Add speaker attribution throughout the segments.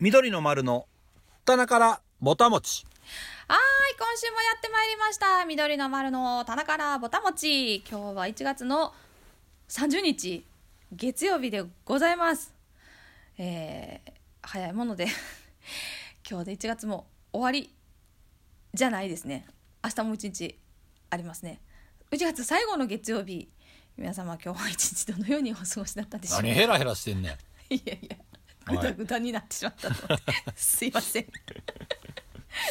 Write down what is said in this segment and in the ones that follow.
Speaker 1: 緑の丸の棚からぼたもち。
Speaker 2: はーい、今週もやってまいりました。緑の丸の棚からぼたもち。今日は1月の30日、月曜日でございます。えー、早いもので、 今日で1月も終わりじゃないですね。明日も1日ありますね。1月最後の月曜日、皆様今日は一日どのようにお過ごしだったでしょうか
Speaker 1: 何。ヘラヘラしてんねん。
Speaker 2: いやいや、ぐだぐだになって しまったと。すいません。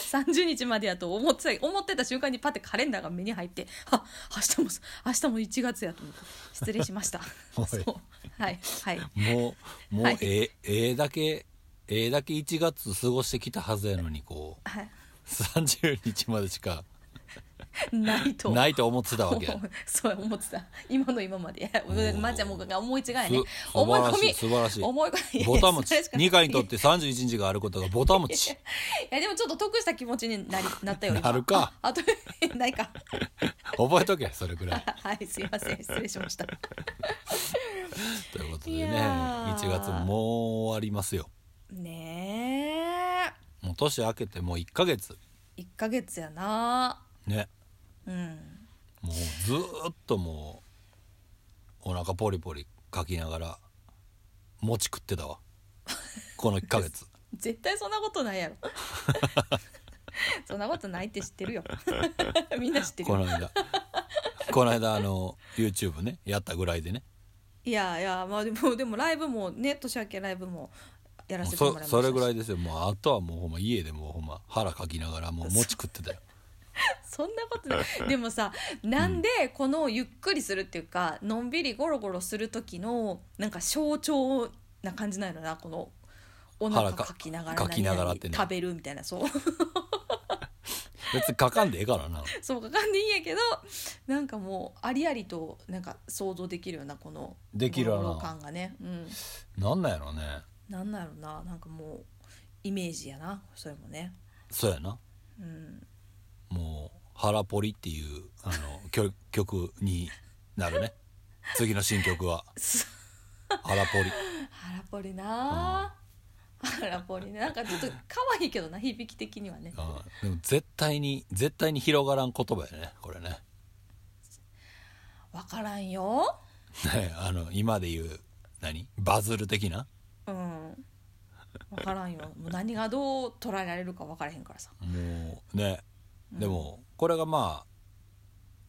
Speaker 2: 30日までやと思ってた思ってた瞬間にパッてカレンダーが目に入ってあ明日も明日も1月やと思って失礼 しました
Speaker 1: おい
Speaker 2: そうはいはい
Speaker 1: もう、もう、
Speaker 2: はい
Speaker 1: ええ、ええだけ、ええだけ1月過ごしてきたはずやのに、こう、
Speaker 2: はい
Speaker 1: 30日までしか
Speaker 2: ないと
Speaker 1: ないと思ってたわ けや。
Speaker 2: そう思ってた今の今まで
Speaker 1: おお
Speaker 2: まーちゃんもが思い違いね
Speaker 1: す素
Speaker 2: 思い
Speaker 1: 晴ら
Speaker 2: 込
Speaker 1: しい、
Speaker 2: み
Speaker 1: 素晴らし
Speaker 2: 思い込み
Speaker 1: い。ぼたもち
Speaker 2: い やそれし。かない
Speaker 1: 二回にとって31日があることがぼたも ち。
Speaker 2: いやでもちょっと得した気持ちになりなったよ今
Speaker 1: なるか
Speaker 2: ああと ないか
Speaker 1: 覚えとけ、それぐらい。
Speaker 2: はいすいません失礼しました
Speaker 1: ということでね、
Speaker 2: いや
Speaker 1: 1
Speaker 2: ー
Speaker 1: 月もう終わりますよ。
Speaker 2: ねえ
Speaker 1: もう年明けてもう1ヶ月。
Speaker 2: 1ヶ月やな
Speaker 1: ね。
Speaker 2: うん
Speaker 1: もうずーっともうお腹ポリポリかきながら餅食ってた わこの1ヶ月
Speaker 2: 絶対そんなことない やろそんなことないって知ってるよ みんな知ってる
Speaker 1: こ
Speaker 2: よ
Speaker 1: の間この間あの YouTube ねやったぐらいでね
Speaker 2: いやいやまあでもでもライブもね年明けライブもやら
Speaker 1: もう
Speaker 2: せてもらい
Speaker 1: そ
Speaker 2: ましたし
Speaker 1: それぐらいですよもうあとはもうほんま家でもうほんま腹かきながらもう餅食ってたよ
Speaker 2: そんなことないでもさなんでこのゆっくりするっていうかのんびりゴロゴロする時のなんか象徴な感じないのなこのお腹
Speaker 1: 腹か
Speaker 2: かきながら
Speaker 1: かきながらってね
Speaker 2: 何々食べるみたいなそう
Speaker 1: 別にかかんでええからな
Speaker 2: そうかかんでいいんやけどなんかもうありありとなんか想像できるようなこの
Speaker 1: できるよな
Speaker 2: ゴロゴロ感がね、うん、
Speaker 1: なんなんやろね
Speaker 2: なんなんやろななんかもうイメージやなそれもね、
Speaker 1: そうやな
Speaker 2: うん、
Speaker 1: もう「腹ポリ」っていうあの曲曲になるね次の新曲 は「腹ポリ」
Speaker 2: 腹ポリな腹ポリねなんかちょっと可愛いけどな響き的にはね
Speaker 1: あでも絶対に絶対に広がらん言葉やねこれね
Speaker 2: わからんよ。
Speaker 1: ねあの今で言う何バズる的な
Speaker 2: うん。わからんよ。もう何がどう捉えられるかわからへんからさ。
Speaker 1: もうねでもこれがまあ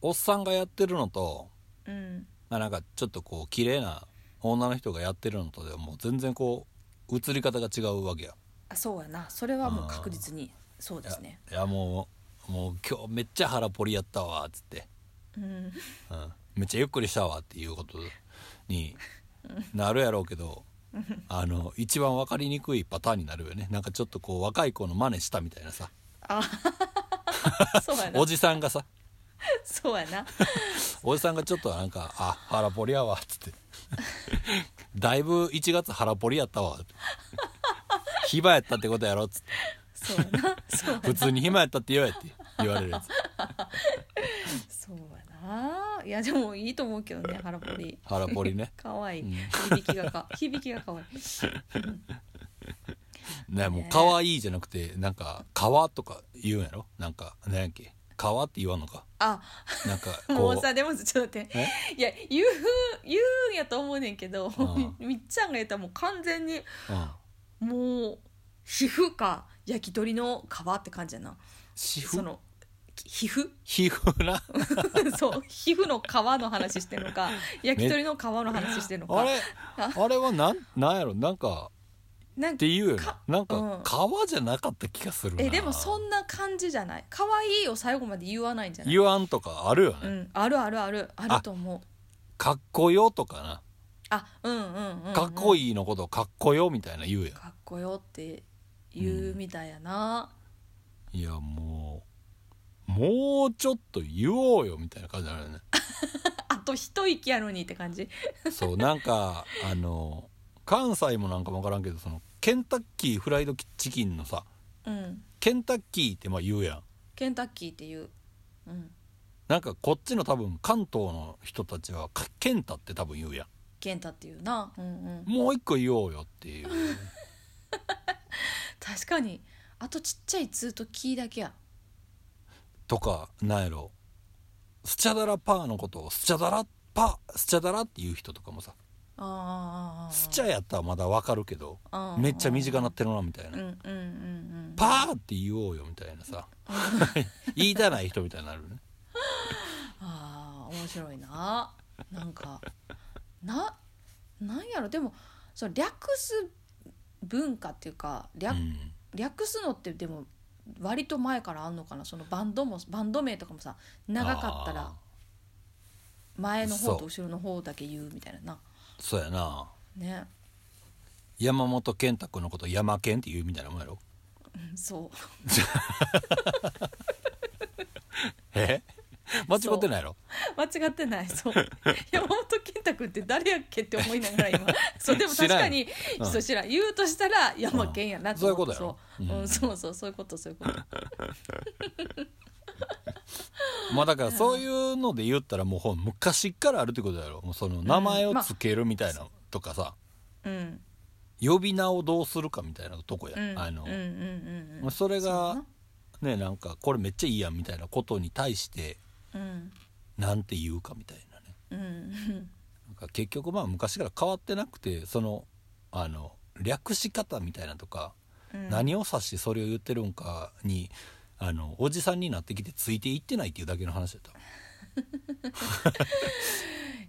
Speaker 1: おっさんがやってるのと、
Speaker 2: うん。
Speaker 1: まあ、なんかちょっとこう綺麗な女の人がやってるのとではもう全然こう映り方が違うわけや
Speaker 2: あ、そうやな。それはもう確実に。そうですね。
Speaker 1: いやもうもう今日めっちゃ腹ポリやったわっつって、
Speaker 2: うん。
Speaker 1: うん、めっちゃゆっくりしたわっていうことになるやろうけどあの一番分かりにくいパターンになるよねなんかちょっとこう若い子の真似したみたいなさ
Speaker 2: あ。 そうやな
Speaker 1: お。じさんがさ
Speaker 2: そうやな。
Speaker 1: おじさんがちょっとなんか「あ腹ポリやわ」っ つって「だいぶ1月腹ポリやったわ」暇やったってことやろ」っつって
Speaker 2: そ うやな。そうや
Speaker 1: 「普通に暇やったって言え」って言われるやつ
Speaker 2: そうやな。いや、でもいいと思うけどね、腹ポリ。
Speaker 1: 腹ポリね
Speaker 2: 可愛い響き がか、響きが可愛い。
Speaker 1: ねもう「可愛いじゃなくてなんか「川」とか言うんやろなんか何やっけ「川」って言わんのか
Speaker 2: あ。
Speaker 1: なんか
Speaker 2: も
Speaker 1: こ
Speaker 2: う
Speaker 1: う
Speaker 2: さでもちょっと待って
Speaker 1: え
Speaker 2: いや言う言うんやと思うねんけど
Speaker 1: ん
Speaker 2: みっちゃんが言ったらもう完全に
Speaker 1: うん
Speaker 2: もう皮膚か焼き鳥の皮って感じやな
Speaker 1: 皮
Speaker 2: そ
Speaker 1: 膚
Speaker 2: のき皮膚
Speaker 1: 皮膚な
Speaker 2: そう皮膚の皮の話してんのか焼き鳥の皮の話してんのか
Speaker 1: あれあれはなんなんやろなんか
Speaker 2: なん
Speaker 1: っていうよねなん
Speaker 2: う
Speaker 1: か
Speaker 2: ん
Speaker 1: 川じゃなかった気がするな
Speaker 2: えでもそんな感じじゃない可愛いを最後まで言わないんじゃない
Speaker 1: 言わんとかあるよね、
Speaker 2: うん、あるあるあるあると思う
Speaker 1: かっこよとかな、
Speaker 2: あうんうんうん、うん、
Speaker 1: かっこ
Speaker 2: い
Speaker 1: いいのことをかっこよみたいな言うや
Speaker 2: かっこよって言うみたいやな、
Speaker 1: んいやもうもうちょっと言おうよみたいな感じなの よね
Speaker 2: あと一息やのにって感じ
Speaker 1: そうなんかあの関西もなんかもわからんけどそのケンタッキーフライドチキンのさ
Speaker 2: うん
Speaker 1: ケンタッキーってまあ言うやん
Speaker 2: ケンタッキーっていううん
Speaker 1: なんかこっちの多分関東の人たちはかケンタって多分言うやん
Speaker 2: ケンタっていうなうんうん
Speaker 1: もう一個言おうよっていう
Speaker 2: 確かにあとちっちゃい「ツ」と「キ」だけや
Speaker 1: とかなんやろスチャダラパーのことをスチャダラパスチャダラっていう人とかもさ
Speaker 2: ああ
Speaker 1: スチャやったらまだわかるけど
Speaker 2: あー
Speaker 1: めっちゃ身近なってるなみたい
Speaker 2: うん
Speaker 1: な
Speaker 2: うんうんうん
Speaker 1: パーって言おうよみたいなさ 言いたない人みたいになるね
Speaker 2: あー面白いななんか ななんやろでもその略す文化っていうか
Speaker 1: う
Speaker 2: 略,、
Speaker 1: ん
Speaker 2: 略すのってでも割と前からあんのかなそのバンドもバンド名とかもさ長かったら
Speaker 1: あ
Speaker 2: 前の方
Speaker 1: そ
Speaker 2: と
Speaker 1: う
Speaker 2: 後ろの方だけ言うみたいなな
Speaker 1: ーそうやな
Speaker 2: ね
Speaker 1: 山本健太君のこと山健って言うみたいなもんやろ
Speaker 2: うんそう
Speaker 1: え 間違ってないやろ
Speaker 2: 間違ってないそう山本健太君って誰やっけって思いながら 今そうでも確かに
Speaker 1: 知らんうん
Speaker 2: そう知らん言うとしたら山健やなと思って
Speaker 1: うんそういうことやろ
Speaker 2: そうう、
Speaker 1: ん
Speaker 2: うん、そうそうそういうことそういうこと
Speaker 1: まあだからそういうので言ったらもうほん昔っからあるってことやろもうその名前を付けるみたいなとかさ
Speaker 2: うん
Speaker 1: 呼び名をどうするかみたいなとこや、
Speaker 2: うん
Speaker 1: あの
Speaker 2: うんうんうんう
Speaker 1: まあ
Speaker 2: ん
Speaker 1: それ
Speaker 2: そう
Speaker 1: がねなんかこれめっちゃいいやんみたいなことに対して
Speaker 2: だなうん
Speaker 1: なんて言うかみたいなね
Speaker 2: うんうん
Speaker 1: なんか結局まあ昔から変わってなくてそのあの略し方みたいなとか、
Speaker 2: うん
Speaker 1: 何を指してそれを言ってるんかにあのおじさんになってきてついていってないっていうだけの話だった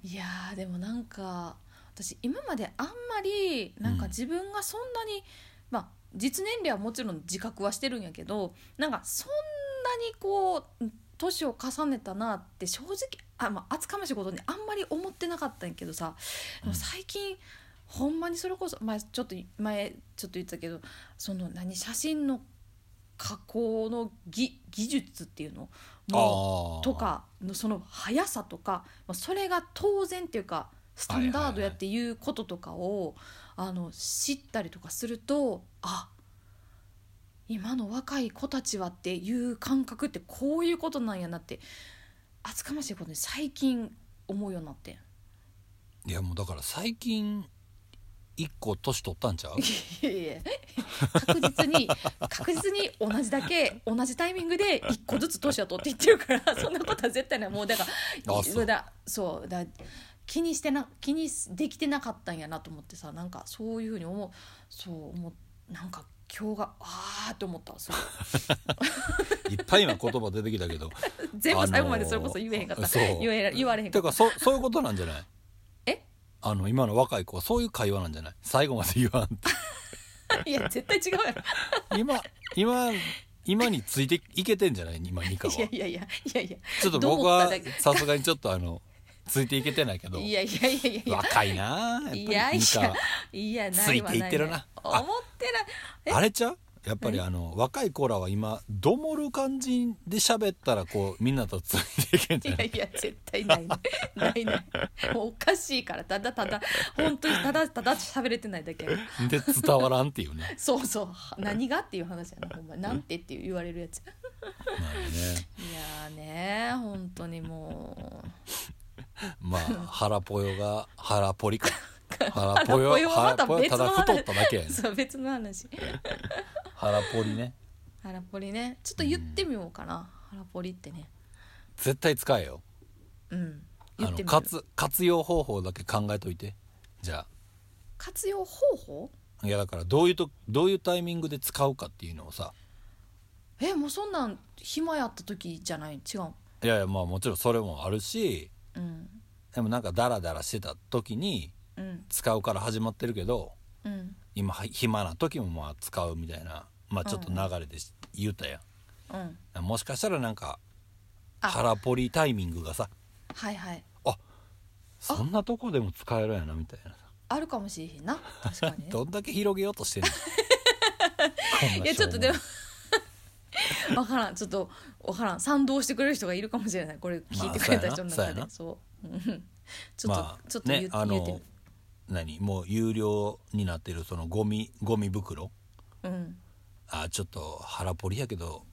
Speaker 2: いやーでもなんか私今まであんまりなんか
Speaker 1: うん
Speaker 2: 自分がそんなに、まあ実年齢はもちろん自覚はしてるんやけどなんかそんなにこう年を重ねたなって正直あ、まあ、厚かましいことにあんまり思ってなかったんやけどさでも最近、ほんまにそれこそ前ちょっと前ちょっと言ってたけどその何写真の加工の技技術っていうのもう
Speaker 1: あー
Speaker 2: とかのその速さとか、まあ、それが当然っていうかスタンダードやっていうこととかを、あの知ったりとかするとあ今の若い子たちはっていう感覚ってこういうことなんやなって厚かましいことに最近思うようになってん
Speaker 1: いやもうだから最近一個年取ったんちゃう
Speaker 2: いやいや確実に確実に同じだけ同じタイミングで一個ずつ年は取っていってるからそんなことは絶対ないもうだから
Speaker 1: あそう
Speaker 2: だそうだ気にしてな気にすできてなかったんやなと思ってさなんかそういうふうに思うそう思うなんか今日があーって思ったそう
Speaker 1: いっぱい今言葉出てきたけど
Speaker 2: 全部最後までそれこそ言えへんかっ
Speaker 1: あ
Speaker 2: た、
Speaker 1: のーそう
Speaker 2: 言え言われへんか
Speaker 1: て
Speaker 2: っ
Speaker 1: かそそういうことなんじゃない
Speaker 2: たえ
Speaker 1: あの今の若い子はそういう会話なんじゃない最後まで言わんって
Speaker 2: いや絶対違うやろ
Speaker 1: 今今今についていけてんじゃない今ニカはい
Speaker 2: やいやいやいやいや
Speaker 1: ちょっと
Speaker 2: どう
Speaker 1: 僕
Speaker 2: 思った
Speaker 1: は
Speaker 2: だけ
Speaker 1: さすがにちょっとあのついていけてないけど
Speaker 2: いやいやいやいやいや
Speaker 1: 若いなあやっぱり
Speaker 2: いやい
Speaker 1: ニカ
Speaker 2: や
Speaker 1: はい
Speaker 2: やないわ
Speaker 1: ついていってるな
Speaker 2: ないわ
Speaker 1: あ
Speaker 2: 思ってない
Speaker 1: あれちゃうやっぱりあの若い子らは今どもる感じで喋ったらこうみんなとついていけんじ
Speaker 2: い
Speaker 1: ゃな
Speaker 2: や
Speaker 1: い
Speaker 2: いや絶対ないねないねもうおかしいからただただ本当にただただ喋れてないだけやから
Speaker 1: で伝わらんっていうね
Speaker 2: そうそう何がっていう話やなほんまなんてって言われるやつい
Speaker 1: まあね
Speaker 2: やーね本当にもう
Speaker 1: まあ腹ぽよが腹ぽ りか腹
Speaker 2: ぽよはまた
Speaker 1: 腹ぽよ
Speaker 2: 別
Speaker 1: た
Speaker 2: の
Speaker 1: だ
Speaker 2: 話
Speaker 1: 太っただけやね
Speaker 2: そう別の話
Speaker 1: 腹ぽりね
Speaker 2: 腹ポリねちょっと言ってみようかな腹ポリってね
Speaker 1: 絶対使えよ
Speaker 2: うん
Speaker 1: あ
Speaker 2: 言っ
Speaker 1: の
Speaker 2: てみよう
Speaker 1: 活活用方法だけ考えといてじゃ
Speaker 2: 活用方法
Speaker 1: あいやだからどういうとどういうタイミングで使うかっていうのをさ
Speaker 2: えもうそんなん暇やった時じゃない違う
Speaker 1: いやいやまあもちろんそれもあるし
Speaker 2: うん
Speaker 1: でもなんかダラダラしてた時に
Speaker 2: うん
Speaker 1: 使うから始まってるけど
Speaker 2: うん
Speaker 1: 今は暇な時もまあ使うみたいなまあちょっと流れでし言うたやん、
Speaker 2: うん
Speaker 1: もしかしたらなんか
Speaker 2: あ
Speaker 1: 腹ポリタイミングがさ
Speaker 2: はいはい
Speaker 1: そんなとこでも使えるやなみたいな
Speaker 2: あるかもしれへんな確かにね
Speaker 1: どんだけ広げようとしてん のこんない
Speaker 2: やちょっとでも
Speaker 1: しょ
Speaker 2: 分からんちょっと分からん賛同してくれる人がいるかもしれないこれ聞いてくれた人の中で、
Speaker 1: まあ
Speaker 2: そううんち
Speaker 1: う
Speaker 2: ょ
Speaker 1: も
Speaker 2: っ
Speaker 1: な
Speaker 2: と、
Speaker 1: まあ
Speaker 2: ちょっと言,、
Speaker 1: ねあ
Speaker 2: 言うて
Speaker 1: の何もう有料になってるそのゴミゴミ袋
Speaker 2: みうん
Speaker 1: あちょっと腹ポリやけど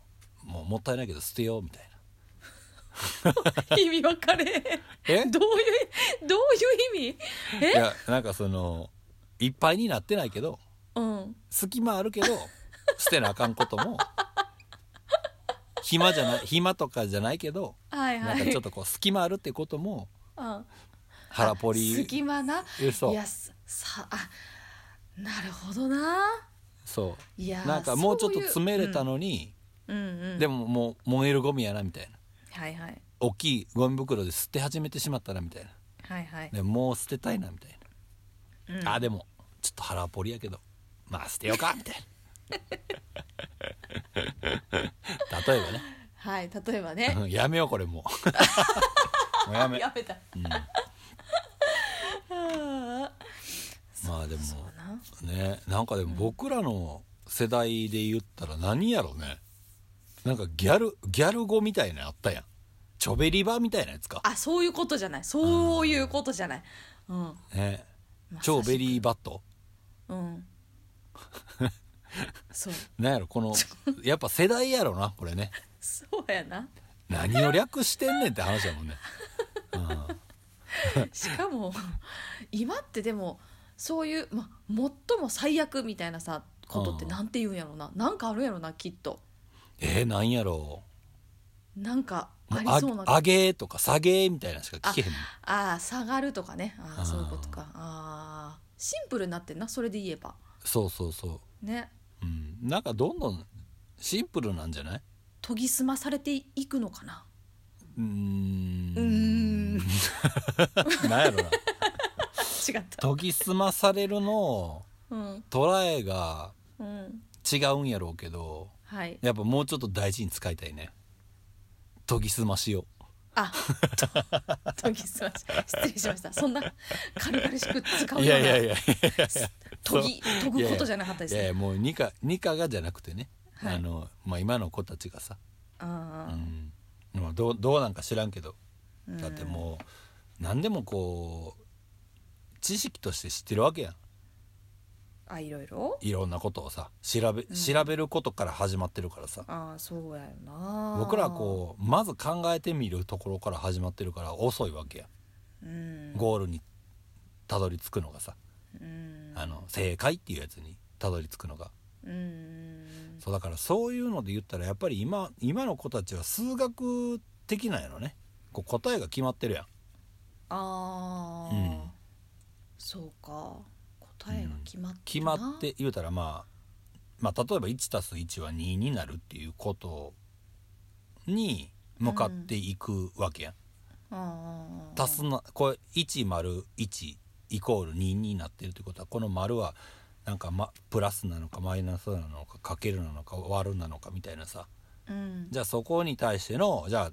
Speaker 1: もうもったいないけど捨てようみたいな
Speaker 2: 意味分かれへ
Speaker 1: え
Speaker 2: んどういうどういう意味え
Speaker 1: いやなんかそのいっぱいになってないけど
Speaker 2: うん
Speaker 1: 隙間あるけど捨てなあかんこと も暇じゃない暇とかじゃないけど
Speaker 2: はい
Speaker 1: な
Speaker 2: は
Speaker 1: ん
Speaker 2: い
Speaker 1: かちょっとこう隙間あるってことも
Speaker 2: うん
Speaker 1: 腹ポリ
Speaker 2: 隙間な
Speaker 1: えそう
Speaker 2: いやささあなるほどな
Speaker 1: そ
Speaker 2: いや
Speaker 1: うなんかもうちょっと詰めれた
Speaker 2: の、
Speaker 1: のに
Speaker 2: うん、うんうん
Speaker 1: でももう燃えるゴミやなみたいな
Speaker 2: はいはい
Speaker 1: 大きいゴミ袋で捨て始めてしまったなみたいな
Speaker 2: はいはい、
Speaker 1: でももう捨てたいなみたいな
Speaker 2: うん、
Speaker 1: あでもちょっと腹ポリやけどまあ捨てようかみた いな例えばね
Speaker 2: はい例えばね
Speaker 1: うんやめようこれもう もうやめ
Speaker 2: やめた、
Speaker 1: ん
Speaker 2: はあ
Speaker 1: まあでも
Speaker 2: そうな
Speaker 1: ねなんかでも僕らの世代で言ったら何やろねなんかギャルギャル語みたいなのあったやんチョベリバみたいなやつか、
Speaker 2: あそういうことじゃないそういうことじゃないうん
Speaker 1: ね
Speaker 2: ま、さし
Speaker 1: 超
Speaker 2: く
Speaker 1: ベリーバット
Speaker 2: うんそう
Speaker 1: なんやろこのやっぱ世代やろなこれね
Speaker 2: そうやな
Speaker 1: 何を略してんねんって話やもんね
Speaker 2: しかも今ってでもそういう、ま、最も最悪みたいなさことって
Speaker 1: うん
Speaker 2: なんて言うんやろななんかあるんやろなきっと
Speaker 1: えー、何やろ
Speaker 2: なんか
Speaker 1: も
Speaker 2: ありそううな
Speaker 1: あ上げとか下げみたいなのしか聞けへんもん
Speaker 2: ああ下がるとかねあ
Speaker 1: あ
Speaker 2: あ
Speaker 1: ー
Speaker 2: そういうことかああシンプルになってんなそれで言えば
Speaker 1: そうそうそ
Speaker 2: ね
Speaker 1: ううんなんかどんどんシンプルなんじゃない
Speaker 2: 研ぎ澄まされていくのかな
Speaker 1: うーん
Speaker 2: うーん違 っ
Speaker 1: なんやろな
Speaker 2: た
Speaker 1: 研ぎ澄まされるのを
Speaker 2: うん
Speaker 1: 捉えが
Speaker 2: うん
Speaker 1: 違うんやろうけど
Speaker 2: はい
Speaker 1: やっぱもうちょっと大事に使いたいね研ぎ澄ましを
Speaker 2: あと研ぎ澄まし失礼しましたそんな軽々しく使う
Speaker 1: い
Speaker 2: よ
Speaker 1: や
Speaker 2: う
Speaker 1: いやい
Speaker 2: な
Speaker 1: やい
Speaker 2: 研ぎ研ぐことじゃなかったです
Speaker 1: やい
Speaker 2: ね
Speaker 1: やもう二課二課がじゃなくてね、
Speaker 2: はい
Speaker 1: あのまあ今の子たちがさ、
Speaker 2: あ
Speaker 1: う
Speaker 2: あ
Speaker 1: ん、まあどうどうなんか知らんけど
Speaker 2: うん
Speaker 1: だってもう何でもこう知識として知ってるわけやん
Speaker 2: あいろいろ
Speaker 1: いろんなことをさ調べ調べることから始まってるからさ、
Speaker 2: ああそうやよな
Speaker 1: 僕らはこうまず考えてみるところから始まってるから遅いわけや、
Speaker 2: う、うん、
Speaker 1: ゴールにたどり着くのがさ、
Speaker 2: うん
Speaker 1: あの正解っていうやつにたどり着くのが、
Speaker 2: うん
Speaker 1: そうだからそういうので言ったらやっぱり今今の子たちは数学的なんやろねこう答えが決まってるやん
Speaker 2: ああ、
Speaker 1: うん
Speaker 2: そうか答えが決まってな、
Speaker 1: 決まって言うたらまあまあ例えば 1+1 は2になるっていうことに向かっていくわけやん、
Speaker 2: ああ
Speaker 1: 足すなこれ1丸1イコール2になってるってことはこの丸はなんか、ま、プラスなのかマイナスなのかかけるなのか割るなのかみたいなさ
Speaker 2: うん
Speaker 1: じゃあそこに対してのじゃ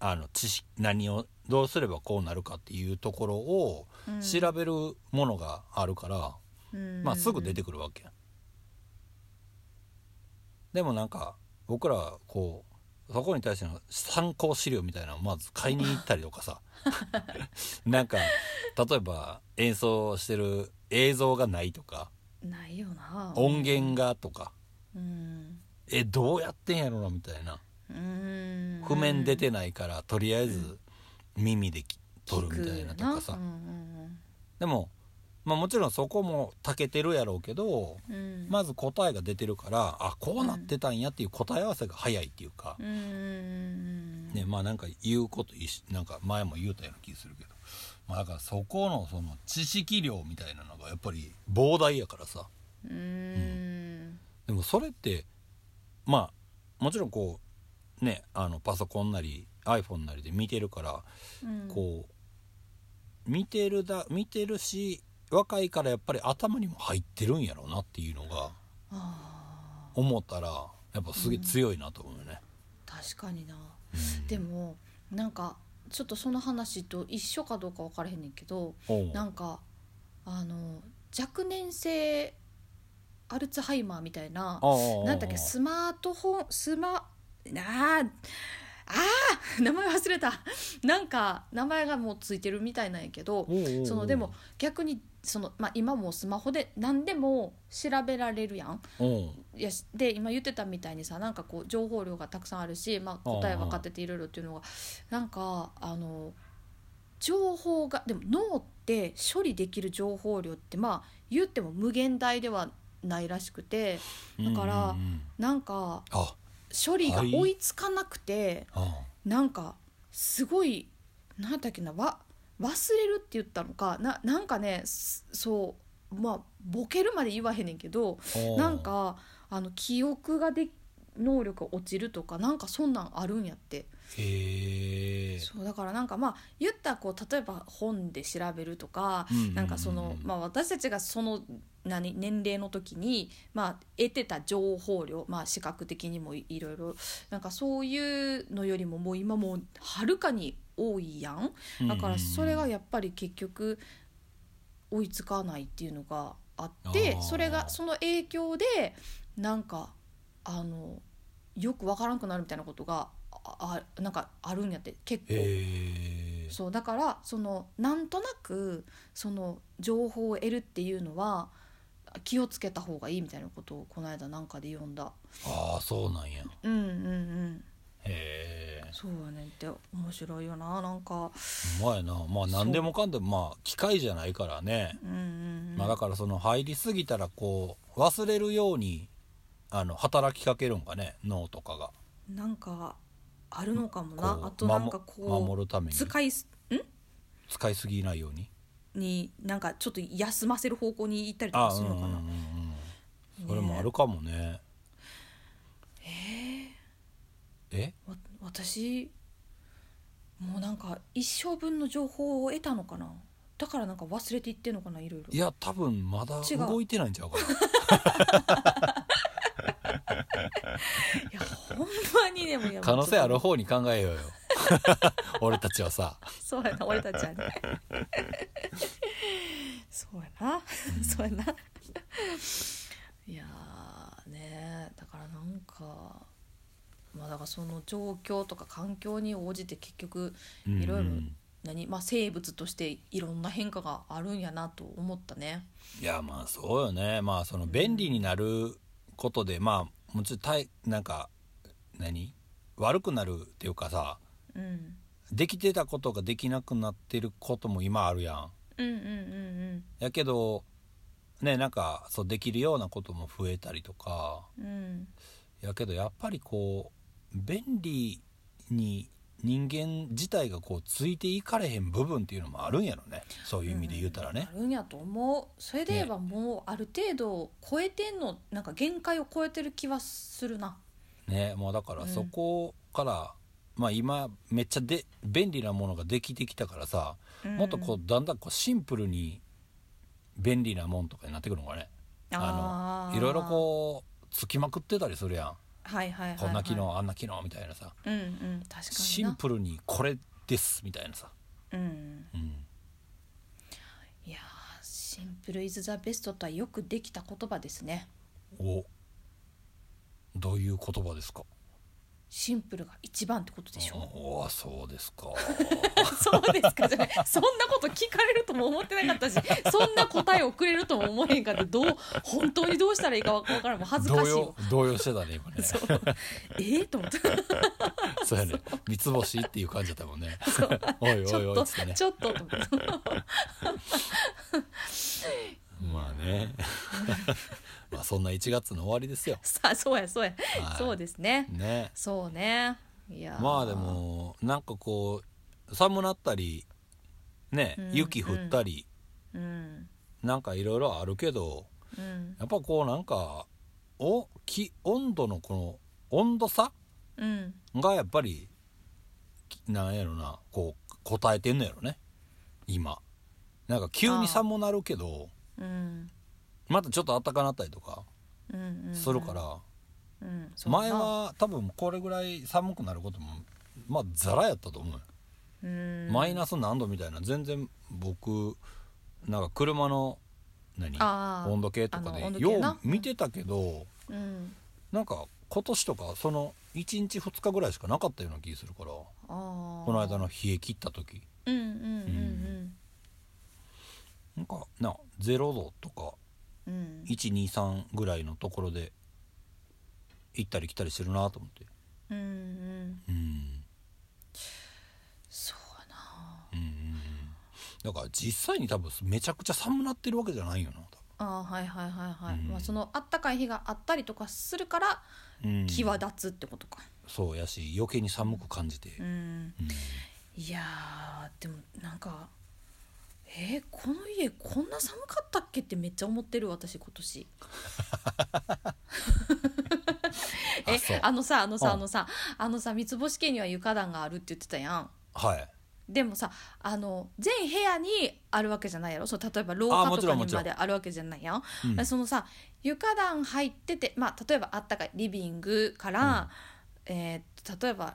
Speaker 1: ああの知識何をどうすればこうなるかっていうところを
Speaker 2: うん
Speaker 1: 調べるものがあるから、
Speaker 2: うん
Speaker 1: まあすぐ出てくるわけやん。でもなんか僕らはこうそこに対しての参考資料みたいなのをまず買いに行ったりとか さなんか例えば演奏してる映像がないとか
Speaker 2: ないよな
Speaker 1: 音源がとか
Speaker 2: うん
Speaker 1: えどうやってんやろなみたいな
Speaker 2: うん
Speaker 1: 譜面出てないからとりあえず耳でき撮る
Speaker 2: 聞く
Speaker 1: みたいなとかさ
Speaker 2: うんうん
Speaker 1: でも、まあ、もちろんそこもたけてるやろうけど
Speaker 2: うんうん
Speaker 1: まず答えが出てるからあこうなってたんやっていう答え合わせが早いっていうか
Speaker 2: う、ん
Speaker 1: ねまあなんか言うこといいしなんか前も言うたような気するけど、まあ、だからそこのその知識量みたいなのがやっぱり膨大やからさ
Speaker 2: うん
Speaker 1: でもそれってまあもちろんこうねあのパソコンなり iPhone なりで見てるから
Speaker 2: うん
Speaker 1: こう見てるだ見てるし若いからやっぱり頭にも入ってるんやろうなっていうのが
Speaker 2: あ
Speaker 1: 思ったらやっぱすげえ強いなと思うよね。
Speaker 2: ー確かになでもなんかちょっとその話と一緒かどうか分からへんねんけど
Speaker 1: おう
Speaker 2: なんかあの若年性アルツハイマーみたい
Speaker 1: あ
Speaker 2: な
Speaker 1: あ
Speaker 2: なんだっけスマートフォンスマあーあー名前忘れたなんか名前がもうついてるみたいなんやけど
Speaker 1: おうおうおう
Speaker 2: そのでも逆にその、まあ、今もうスマホで何でも調べられるやん
Speaker 1: おう
Speaker 2: いやしで今言ってたみたいにさなんかこう情報量がたくさんあるし、まあ、
Speaker 1: うんうん
Speaker 2: 答え分かってていろいろっていうのがなんかあの情報がでも脳って処理できる情報量ってまあ言っても無限大ではないらしくて
Speaker 1: うん
Speaker 2: だから
Speaker 1: うんうん
Speaker 2: なんか
Speaker 1: あ
Speaker 2: 処理が
Speaker 1: はい
Speaker 2: 追いつかなくて、
Speaker 1: あ
Speaker 2: なんかすごい何だったっけなわ忘れるって言ったのかななんかねすそうまあボケるまで言わへんねんけどなんかあの記憶がで能力が落ちるとかなんかそんなんあるんやって
Speaker 1: へえ
Speaker 2: そうだからなんかまあ言ったらこう例えば本で調べるとか、
Speaker 1: うんうんうんうん
Speaker 2: なんかその、まあ、私たちがその何年齢の時に、まあ、得てた情報量、まあ、視覚的にもいいろいろなんかそういうのよりももう今もうはるかに多いやんだからそれがやっぱり結局追いつかないっていうのがあって
Speaker 1: あー
Speaker 2: それがその影響でなんかあのよくわからんくなるみたいなことがああなんかあるんやって結構。
Speaker 1: へえ
Speaker 2: そうだからそのなんとなくその情報を得るっていうのは気をつけた方がいいみたいなことをこの間なんかで読んだ
Speaker 1: ああそうなんや
Speaker 2: うんうんうん
Speaker 1: へえ
Speaker 2: そうやねんって面白いよななんか
Speaker 1: まあやなまあ何でもかんでもまあ機械じゃないからね、
Speaker 2: うんうんうん
Speaker 1: まあだからその入りすぎたらこう忘れるようにあの働きかけるんかね脳とかが
Speaker 2: なんかあるのかも
Speaker 1: こ
Speaker 2: な
Speaker 1: う
Speaker 2: あとなんか
Speaker 1: 守
Speaker 2: こ
Speaker 1: 守るた
Speaker 2: う
Speaker 1: めに
Speaker 2: 使いすん
Speaker 1: 使いすぎないように
Speaker 2: になんかちょっと休ませる方向に行ったりと
Speaker 1: あ
Speaker 2: か
Speaker 1: あ
Speaker 2: す
Speaker 1: うん
Speaker 2: る
Speaker 1: うん
Speaker 2: の
Speaker 1: うん
Speaker 2: かな
Speaker 1: うんそれもあるかもねえ
Speaker 2: わ私もうなんか一生分の情報を得たのかなだからなんか忘れていってんのかないろいろ
Speaker 1: いや多分まだ
Speaker 2: 違う
Speaker 1: 動いてないんちゃうかない
Speaker 2: やほんまにでもいや
Speaker 1: 可能性ある
Speaker 2: もうちょっ
Speaker 1: 方に考えよう よ俺たちはさ
Speaker 2: とそうやな俺たちはねそうやなそうやないやーねだからなんかまあだからその状況とか環境に応じて結局いろいろ
Speaker 1: うん
Speaker 2: 何、まあ、生物としていろんな変化があるんやなと思ったね
Speaker 1: いやまあそうよねまあその便利になることで、まあもちろんたいなんか何悪くなるっていうかさ
Speaker 2: うん
Speaker 1: できてたことができなくなってることも今あるやん
Speaker 2: うんうんうん
Speaker 1: やけどねなんかそうできるようなことも増えたりとか
Speaker 2: うんうん
Speaker 1: やけどやっぱりこう便利に人間自体がこうついていかれへん部分っていうのもあるんやろねそういう意味で言うたらね
Speaker 2: あ。るんやと思うそれで言えばもうある程度超えてんのなんか限界を超えてる気はするな
Speaker 1: ねもうだから
Speaker 2: うん
Speaker 1: そこから、まあ今めっちゃで便利なものができてきたからさ、もっとこ
Speaker 2: う
Speaker 1: うんだんだんこうシンプルに便利なもんとかになってくるのかねあ
Speaker 2: あ
Speaker 1: のいろいろこうつきまくってたりするやん、
Speaker 2: うはいはいはい、はい、
Speaker 1: こんな機能あんな機能みたいなさ
Speaker 2: うんうん確かにな
Speaker 1: シンプルにこれですみたいなさ、
Speaker 2: うん
Speaker 1: うん、
Speaker 2: いやーシンプルイズザベストとはよくできた言葉ですね
Speaker 1: おどういう言葉ですか
Speaker 2: シンプルが一番ってことでしょ
Speaker 1: おおそうですか
Speaker 2: そうですかじゃないそんなこと聞かれるとも思ってなかったしそんな答えをくれるとも思えへんかってどう本当にどうしたらいいかわからんもう恥ずか
Speaker 1: 動
Speaker 2: しいわ
Speaker 1: 揺動揺してたね今ね
Speaker 2: そうええと思って
Speaker 1: そうやね三つ星っていう感じだったもんねおいおい
Speaker 2: ちょっ
Speaker 1: おい
Speaker 2: と
Speaker 1: っつってね
Speaker 2: ちょっとと思って
Speaker 1: まあね まあそんな1月の終わりですよ
Speaker 2: さあ そうやそうや、
Speaker 1: はい
Speaker 2: そうですね
Speaker 1: ね
Speaker 2: そうねいやー
Speaker 1: まあでもなんかこう寒なったりね
Speaker 2: うん
Speaker 1: 雪降ったり、
Speaker 2: うん
Speaker 1: なんかいろいろあるけど
Speaker 2: うん
Speaker 1: やっぱこうなんかおき温度のこの温度差
Speaker 2: うん
Speaker 1: がやっぱりきなんやろなこう答えてんのやろね今なんか急に寒なるけど
Speaker 2: うん
Speaker 1: またちょっと暖かなったりとか
Speaker 2: うんうん
Speaker 1: するから、
Speaker 2: うんそうやな
Speaker 1: 前は多分これぐらい寒くなることもまあザラやったと思うよ、
Speaker 2: うん
Speaker 1: マイナス何度みたいな全然僕なんか車の何
Speaker 2: あー
Speaker 1: 温度計とか
Speaker 2: あの温度
Speaker 1: で
Speaker 2: 計
Speaker 1: よ
Speaker 2: な
Speaker 1: う見てたけど、
Speaker 2: うん
Speaker 1: なんか今年とかその1日2日ぐらいしかなかったような気するからこ
Speaker 2: あー
Speaker 1: の間の冷え切った時
Speaker 2: うんうんうん
Speaker 1: なんかな0度とか
Speaker 2: うんうん
Speaker 1: 123ぐらいのところで行ったり来たりしてるなと思って
Speaker 2: うんうん
Speaker 1: うん
Speaker 2: そうやな
Speaker 1: うんうんうんだから実際に多分めちゃくちゃ寒なってるわけじゃないよな多分
Speaker 2: あーはいはいはいはい、
Speaker 1: うん
Speaker 2: まあ、そのあったかい日があったりとかするから
Speaker 1: うん
Speaker 2: 際立つってことか
Speaker 1: そうやし余計に寒く感じて、
Speaker 2: うん、
Speaker 1: うん
Speaker 2: いやーでもなんかえー、この家こんな寒かったっけってめっちゃ思ってる私今 年え
Speaker 1: あそう
Speaker 2: あのさあの
Speaker 1: う
Speaker 2: さ
Speaker 1: ん
Speaker 2: あのさあのさ三つ星家には床暖があるって言ってたやん
Speaker 1: はい
Speaker 2: でもさあの全部屋にあるわけじゃないやろそう例えば廊
Speaker 1: あ
Speaker 2: 下
Speaker 1: もち
Speaker 2: と
Speaker 1: ろ
Speaker 2: か
Speaker 1: ん
Speaker 2: に
Speaker 1: もちろ
Speaker 2: ま
Speaker 1: ん
Speaker 2: であるわけじゃないやん
Speaker 1: うん
Speaker 2: そのさ床暖入ってて、まあ、例えばあったかいリビングから、えー例えば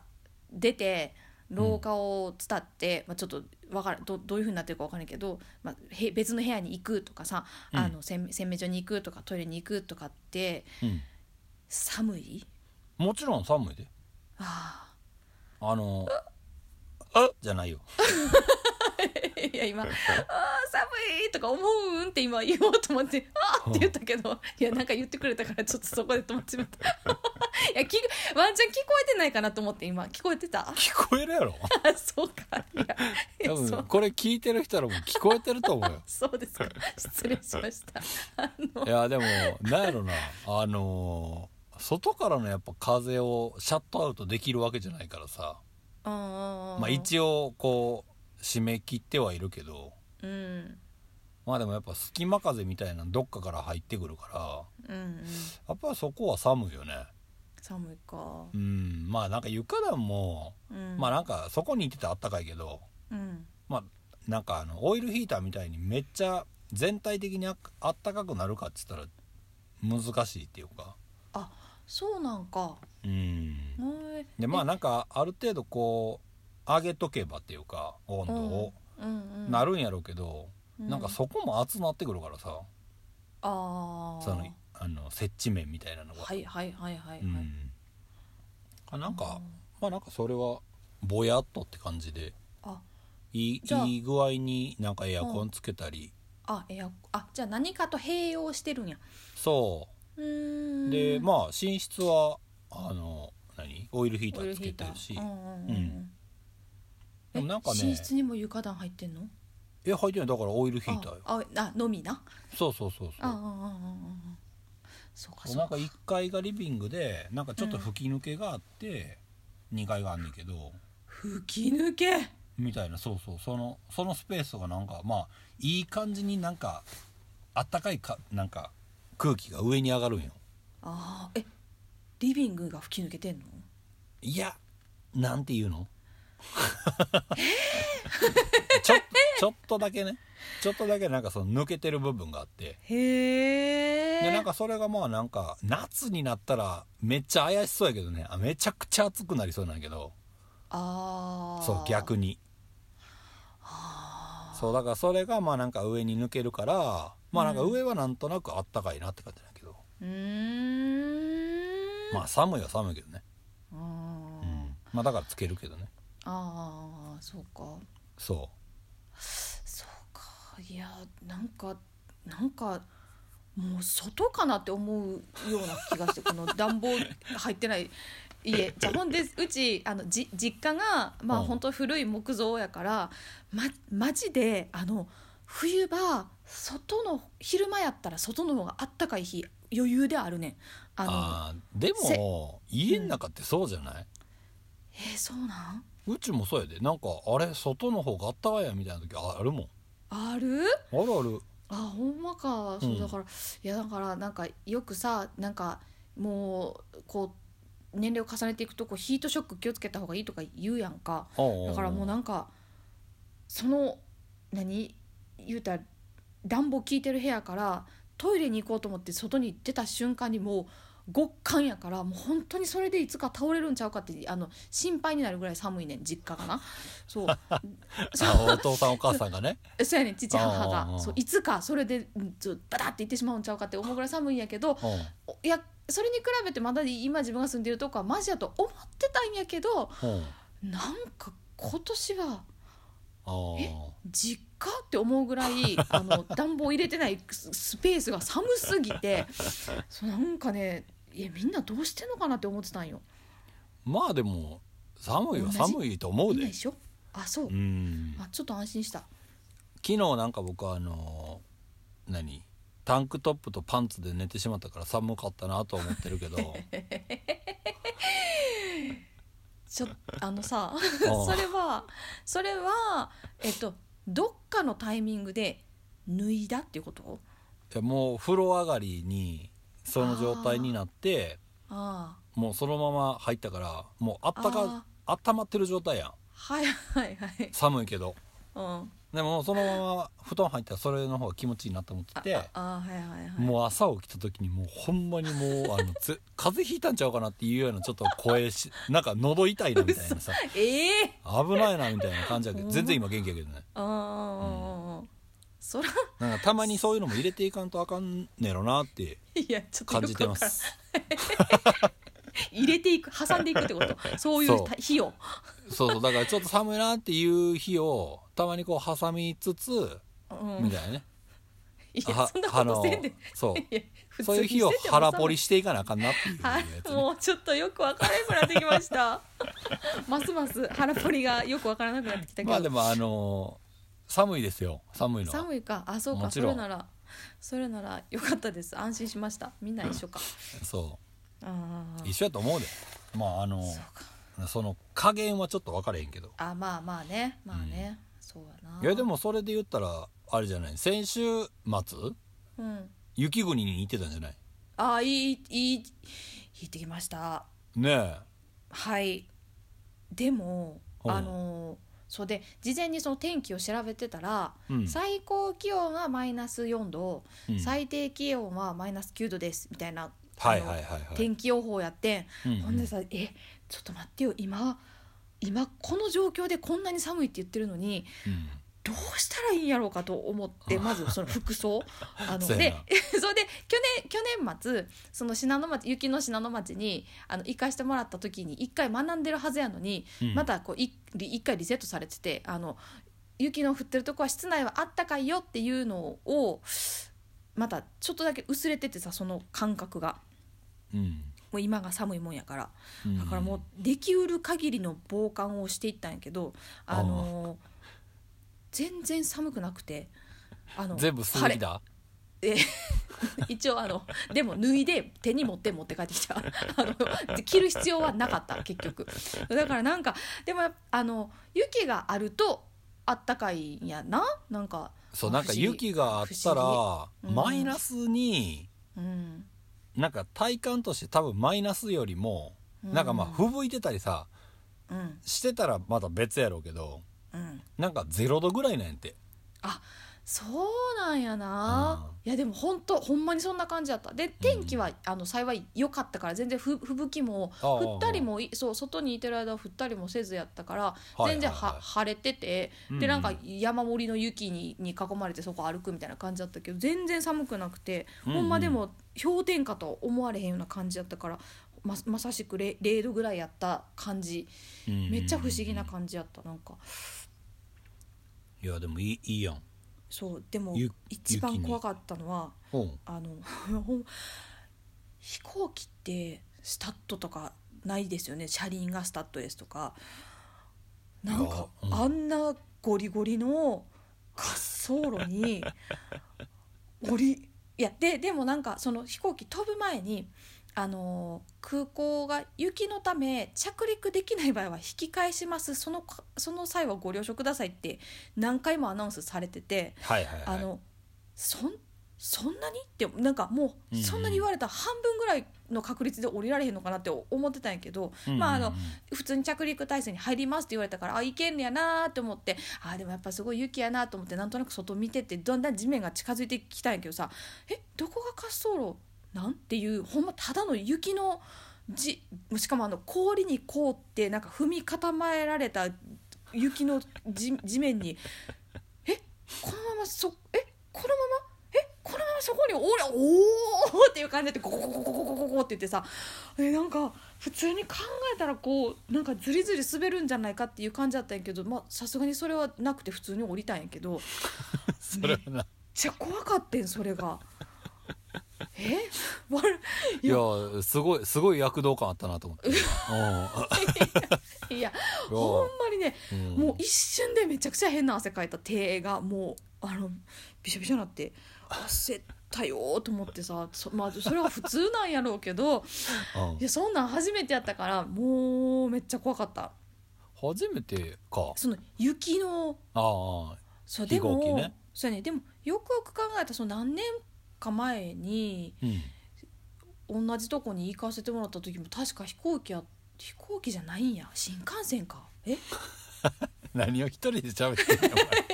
Speaker 2: 出て廊下を伝って、まあ、ちょっとわからどどういうふうになってるか分からんけど、まあ、へ別の部屋に行くとかさ、
Speaker 1: うん
Speaker 2: あの洗洗面所に行くとかトイレに行くとかって
Speaker 1: うん
Speaker 2: 寒い
Speaker 1: もちろん寒いで
Speaker 2: あ
Speaker 1: あの「あじゃないよ
Speaker 2: ーいや今「あー寒い!」とか「思うん?」って今言おうと 思って「あー!」って言ったけどいやなんか言ってくれたからちょっとそこで止まってしまった いやきワンちゃん聞こえてないかなと思って今聞こえてた
Speaker 1: 聞こえるやろ
Speaker 2: あそうか。いや、
Speaker 1: 多
Speaker 2: いや そう
Speaker 1: 分これ聞いてる人らも聞こえてると思うよ
Speaker 2: そうですか。失礼しました。あの
Speaker 1: いやでもなんやろなあのー外からのやっぱ風をシャットアウトできるわけじゃないからさ、
Speaker 2: あ
Speaker 1: まあ一応こう締め切ってはいるけど
Speaker 2: うんうん
Speaker 1: まあでもやっぱ隙間風みたいなのどっかから入ってくるから
Speaker 2: うん
Speaker 1: やっぱそこは寒いよね
Speaker 2: 寒いか。
Speaker 1: うんまあなんか床暖も、
Speaker 2: うん。
Speaker 1: まあなんかそこにいてたらあったかいけど
Speaker 2: うん
Speaker 1: まあなんかあのオイルヒーターみたいにめっちゃ全体的にああったかくなるかっつったら難しいっていうか
Speaker 2: そうなんか。
Speaker 1: うん
Speaker 2: はい。
Speaker 1: でまあなんかある程度こう上げとけばっていうか温度を、
Speaker 2: うんうん。
Speaker 1: なるんやろうけど、
Speaker 2: う
Speaker 1: なんかそこも熱なってくるからさ、
Speaker 2: ああ。
Speaker 1: そのあの接地面みたいなのが、
Speaker 2: はいはいはいはいはい。
Speaker 1: うんあなんか、
Speaker 2: うん
Speaker 1: まあなんかそれはぼやっとって感じで
Speaker 2: あ
Speaker 1: いい
Speaker 2: じゃあ
Speaker 1: いい具合になんかエアコンつけたり、
Speaker 2: あエアあじゃあ何かと併用してるんや。
Speaker 1: そう
Speaker 2: ー。
Speaker 1: うんでまあ寝室はあの何オイルヒータ
Speaker 2: オイ
Speaker 1: ー
Speaker 2: ル
Speaker 1: つ
Speaker 2: ヒ
Speaker 1: け
Speaker 2: ー
Speaker 1: て
Speaker 2: タ
Speaker 1: るし、
Speaker 2: ー。うんうんう
Speaker 1: うんん。でもなんかね
Speaker 2: え寝室にも床暖入ってんの？
Speaker 1: え入ってないだからオイルヒーターよ
Speaker 2: あああのみな。
Speaker 1: そうそうそう
Speaker 2: あああああ
Speaker 1: そ
Speaker 2: あ。そうか
Speaker 1: う
Speaker 2: そう
Speaker 1: なん
Speaker 2: か
Speaker 1: か。1階がリビングでなんかちょっと吹き抜けがあって、2階があんねんけど
Speaker 2: 吹き抜け
Speaker 1: みたいなそうそうそのそのスペースがなんかまあいい感じになんかあったかいかなんか空気が上に上がるんよ
Speaker 2: ああえリビングが吹き抜けてんの
Speaker 1: いやなんていう のちょちょっとだけねちょっとだけなんかその抜けてる部分があって
Speaker 2: へえ
Speaker 1: でなんかそれがまあなんか夏になったらめっちゃ怪しそうやけどねあめちゃくちゃ暑くなりそうなんやけど
Speaker 2: ああ
Speaker 1: そう逆にそうだからそれがまあなんか上に抜けるからまあなんか上はなんとなくあったかいなって感じだけど、
Speaker 2: うーん
Speaker 1: まあ寒いは寒いけどね、
Speaker 2: あ
Speaker 1: う
Speaker 2: ー、
Speaker 1: ん、まあだからつけるけどね
Speaker 2: あーそうか
Speaker 1: そ
Speaker 2: そうかいやなんかなんかもう外かなって思うような気がしてこの 暖房入ってない家じゃあほんでうちあのじ実家がまあ
Speaker 1: うん
Speaker 2: 本当古い木造やから、ま、マジであの冬場外の昼間やったら外の方があったかい日余裕であるねんあ
Speaker 1: う
Speaker 2: の
Speaker 1: ああーでも家の中ってそうじゃない、
Speaker 2: えーそうなん
Speaker 1: うちもそうやでなんかあれ外の方があったかいやみたいな時ああるもん
Speaker 2: ある
Speaker 1: あるある
Speaker 2: あほんまかそううんだから、いやだからなんかよくさなんかもうこう年齢を重ねていくとこうヒートショック気をつけた方がいいとか言うやんかだからもう
Speaker 1: な
Speaker 2: なんかその何言うたら暖房効いてる部屋からトイレに行こうと思って外に出た瞬間にもう極寒やからもう本当にそれでいつか倒れるんちゃうかってあの心配になるぐらい寒いねん実家がな。そうそう
Speaker 1: あお父さんお母さん がね
Speaker 2: そうやねん父母
Speaker 1: あーあ
Speaker 2: が
Speaker 1: ー
Speaker 2: そういつかそれでうんちょバタっていってしまうんちゃうかって思うぐらい寒いんやけど
Speaker 1: うん
Speaker 2: おいやそれに比べてまだ今自分が住んでるとこはマジやと思ってたんやけど
Speaker 1: うん
Speaker 2: なんか今年は
Speaker 1: あー
Speaker 2: 実家って思うぐらい あの暖房入れてないススペースが寒すぎてそうなんかねいやみんなどうしてんのかなって思ってたんよ。
Speaker 1: まあでも寒いは寒いと思
Speaker 2: いうない
Speaker 1: で
Speaker 2: でしょあそう、
Speaker 1: うん
Speaker 2: あちょっと安心した。
Speaker 1: 昨日なんか僕はあの何タンクトップとパンツで寝てしまったから寒かったなとは思ってる けど
Speaker 2: ちょあのさ
Speaker 1: おう
Speaker 2: それはそれはえっとどっかのタイミングで脱いだっていうこと
Speaker 1: いやもう風呂上がりにその状態になって
Speaker 2: ああ
Speaker 1: もうそのまま入ったからもうあったかあったまってる状態やん
Speaker 2: はいはいはい
Speaker 1: 寒いけど
Speaker 2: うんあ
Speaker 1: でもそのまま布団入ったらそれの方が気持ちいいなと思ってて
Speaker 2: ああはいはいはい
Speaker 1: もう朝起きた時にもうほんまにもうあのつ風邪ひいたんちゃうかなっていうようなちょっと声しなんか喉痛いなみたいなさ
Speaker 2: ええ
Speaker 1: 危ないなみたいな感じやけど全然今元気やけどね
Speaker 2: ああ、そら
Speaker 1: なんかたまにそういうのも入れていかんとあかんねやろなって
Speaker 2: いやちょっとよ
Speaker 1: 感
Speaker 2: く
Speaker 1: じてま
Speaker 2: わからん
Speaker 1: す
Speaker 2: 入れていく挟んでいくって ことそういう
Speaker 1: そう
Speaker 2: た費用
Speaker 1: そうそうだからちょっと寒いなっていう日をたまにこう挟みつつ
Speaker 2: うん
Speaker 1: みたいなね
Speaker 2: いや
Speaker 1: は
Speaker 2: そんなことせんで
Speaker 1: そ
Speaker 2: いや
Speaker 1: う
Speaker 2: 普通
Speaker 1: そういう
Speaker 2: に
Speaker 1: 日を
Speaker 2: してても
Speaker 1: 腹ポリ
Speaker 2: さ
Speaker 1: していかなあかんなっていう
Speaker 2: は
Speaker 1: や
Speaker 2: い
Speaker 1: つ、ね、
Speaker 2: もうちょっとよくわからなくなってきましたますます腹ポリがよくわからなくなってきたけど、
Speaker 1: まあでもあのー寒いですよ寒いのは
Speaker 2: 寒いかあそうか
Speaker 1: も
Speaker 2: そ
Speaker 1: ちろん
Speaker 2: れならそれならよかったです安心しましたみんな一緒か
Speaker 1: そ
Speaker 2: あ
Speaker 1: う一緒やと思うでまああのー
Speaker 2: そうか
Speaker 1: その加減はちょっと分かれへんけど
Speaker 2: ああまあまあねまあね、そうやない
Speaker 1: いやでもそれで言ったらあれじゃない先週末
Speaker 2: うん
Speaker 1: 雪国に行ってたんじゃない
Speaker 2: ああいいいい行ってきました
Speaker 1: ね
Speaker 2: はいでも
Speaker 1: うん
Speaker 2: あのそうで事前にその天気を調べてたら、
Speaker 1: うん
Speaker 2: 最高気温はマイナス4度、
Speaker 1: え、うん、
Speaker 2: 最低気温はマイナス9度ですみたいな、
Speaker 1: はい
Speaker 2: あの
Speaker 1: はいはいはい
Speaker 2: 天気予報やってん、
Speaker 1: うんうん
Speaker 2: ほんでさ「えちょっと待ってよ今今この状況でこんなに寒いって言ってるのに
Speaker 1: うん
Speaker 2: どうしたらいいんやろうかと思ってまずその 服装あの
Speaker 1: そうや
Speaker 2: で
Speaker 1: な
Speaker 2: それで去年去年末その信濃町雪の信濃町にあの行かしてもらった時に一回学んでるはずやのに、
Speaker 1: うん
Speaker 2: またこういリ一回リセットされててあの雪の降ってるとこは室内はあったかいよっていうのをまたちょっとだけ薄れててさその感覚が
Speaker 1: うん
Speaker 2: もう今が寒いもんやから。
Speaker 1: うん
Speaker 2: だからもうできうる限りの防寒をしていったんやけど、あのー全然寒くなくてあの
Speaker 1: 全部素敵
Speaker 2: 晴れ
Speaker 1: だ
Speaker 2: 一応あのでも脱いで手に持って持って帰ってきた あの着る必要はなかった結局だからなんかでもあの雪があるとあったかいんやななんか
Speaker 1: そうなんか
Speaker 2: 不思議
Speaker 1: 雪があった
Speaker 2: 不
Speaker 1: ら
Speaker 2: 議うん
Speaker 1: マイナスに
Speaker 2: うん
Speaker 1: なんか体感として多分マイナスよりもなんかまあ
Speaker 2: うん
Speaker 1: 吹雪いてたりさ
Speaker 2: うん
Speaker 1: してたらまだ別やろうけど
Speaker 2: うん
Speaker 1: なんか0度ぐらいなんやって
Speaker 2: そうなんやな、いやでも本当ほんまにそんな感じだったで天気は、あの幸い良かったから全然ふ吹雪も
Speaker 1: ああ
Speaker 2: 降ったりもいそう外にいてる間は降ったりもせずやったから
Speaker 1: はい
Speaker 2: 全然は、
Speaker 1: はいはい
Speaker 2: 晴れてて
Speaker 1: うんう
Speaker 2: で
Speaker 1: ん
Speaker 2: なんか山盛りの雪にに囲まれてそこ歩くみたいな感じだったけど全然寒くなくて、
Speaker 1: うんうん
Speaker 2: ほんまでも氷点下と思われへんような感じだったからままさしく 0, 0度ぐらいやった感じめっちゃ不思議な感じやったなんか
Speaker 1: じいやでもいいいいやん
Speaker 2: そうでも
Speaker 1: ゆ
Speaker 2: 一
Speaker 1: 雪
Speaker 2: 番
Speaker 1: に
Speaker 2: 怖かったのは。
Speaker 1: うん
Speaker 2: あの ほん飛行機ってスタッドとかないですよね車輪がスタッドですとかなんか
Speaker 1: いやうん
Speaker 2: あんなゴリゴリの滑走路にゴリいやででもなんかその飛行機飛ぶ前にあのー空港が雪のため着陸できない場合は引き返しますそのかその際はご了承くださいって何回もアナウンスされてて。
Speaker 1: はいはいはい
Speaker 2: あのそんそんなにってなんかもう
Speaker 1: うんうん
Speaker 2: そんなに言われたら半分ぐらいの確率で降りられへんのかなって思ってたんやけど、
Speaker 1: うんうんうん
Speaker 2: まああの普通に着陸体制に入りますって言われたからあいけんねやなーって思ってあーでもやっぱすごい雪やなと思ってなんとなく外見ててだんだん地面が近づいてきたんやけどさえどこが滑走路なんていうほんまただの雪のじしかもあの氷に凍ってなんか踏み固められた雪のじ地面にえこのままそえこのままえこのままそこにおらおおっていう感じでゴゴゴゴゴゴゴゴゴって言ってさえなんか普通に考えたらこうなんかずりずり滑るんじゃないかっていう感じだったんやけどまあさすがにそれはなくて普通に降りたんやけどめっ
Speaker 1: それはな
Speaker 2: ちゃ怖かってんそ れが。えわる
Speaker 1: いやすごいすごい躍動感あったなと 思ってう
Speaker 2: いや
Speaker 1: ん
Speaker 2: ほんまにね
Speaker 1: うん
Speaker 2: もう一瞬でめちゃくちゃ変な汗かいた手がもうあのびしょびしょなって汗ったよと思ってさそ,、まあ、それは普通なんやろうけど
Speaker 1: うん
Speaker 2: いやそんなん初めてやったからもうめっちゃ怖かった
Speaker 1: 初めてか
Speaker 2: その雪の
Speaker 1: ああ
Speaker 2: そう
Speaker 1: 飛
Speaker 2: で
Speaker 1: 行
Speaker 2: も
Speaker 1: 機ね
Speaker 2: そうやねでもよくよく考えたらその何年か前に
Speaker 1: うん
Speaker 2: 同じとこに行かせてもらった時も確か飛行機や飛行機じゃないんや新幹線かえ
Speaker 1: 何を一人で喋ってんのお前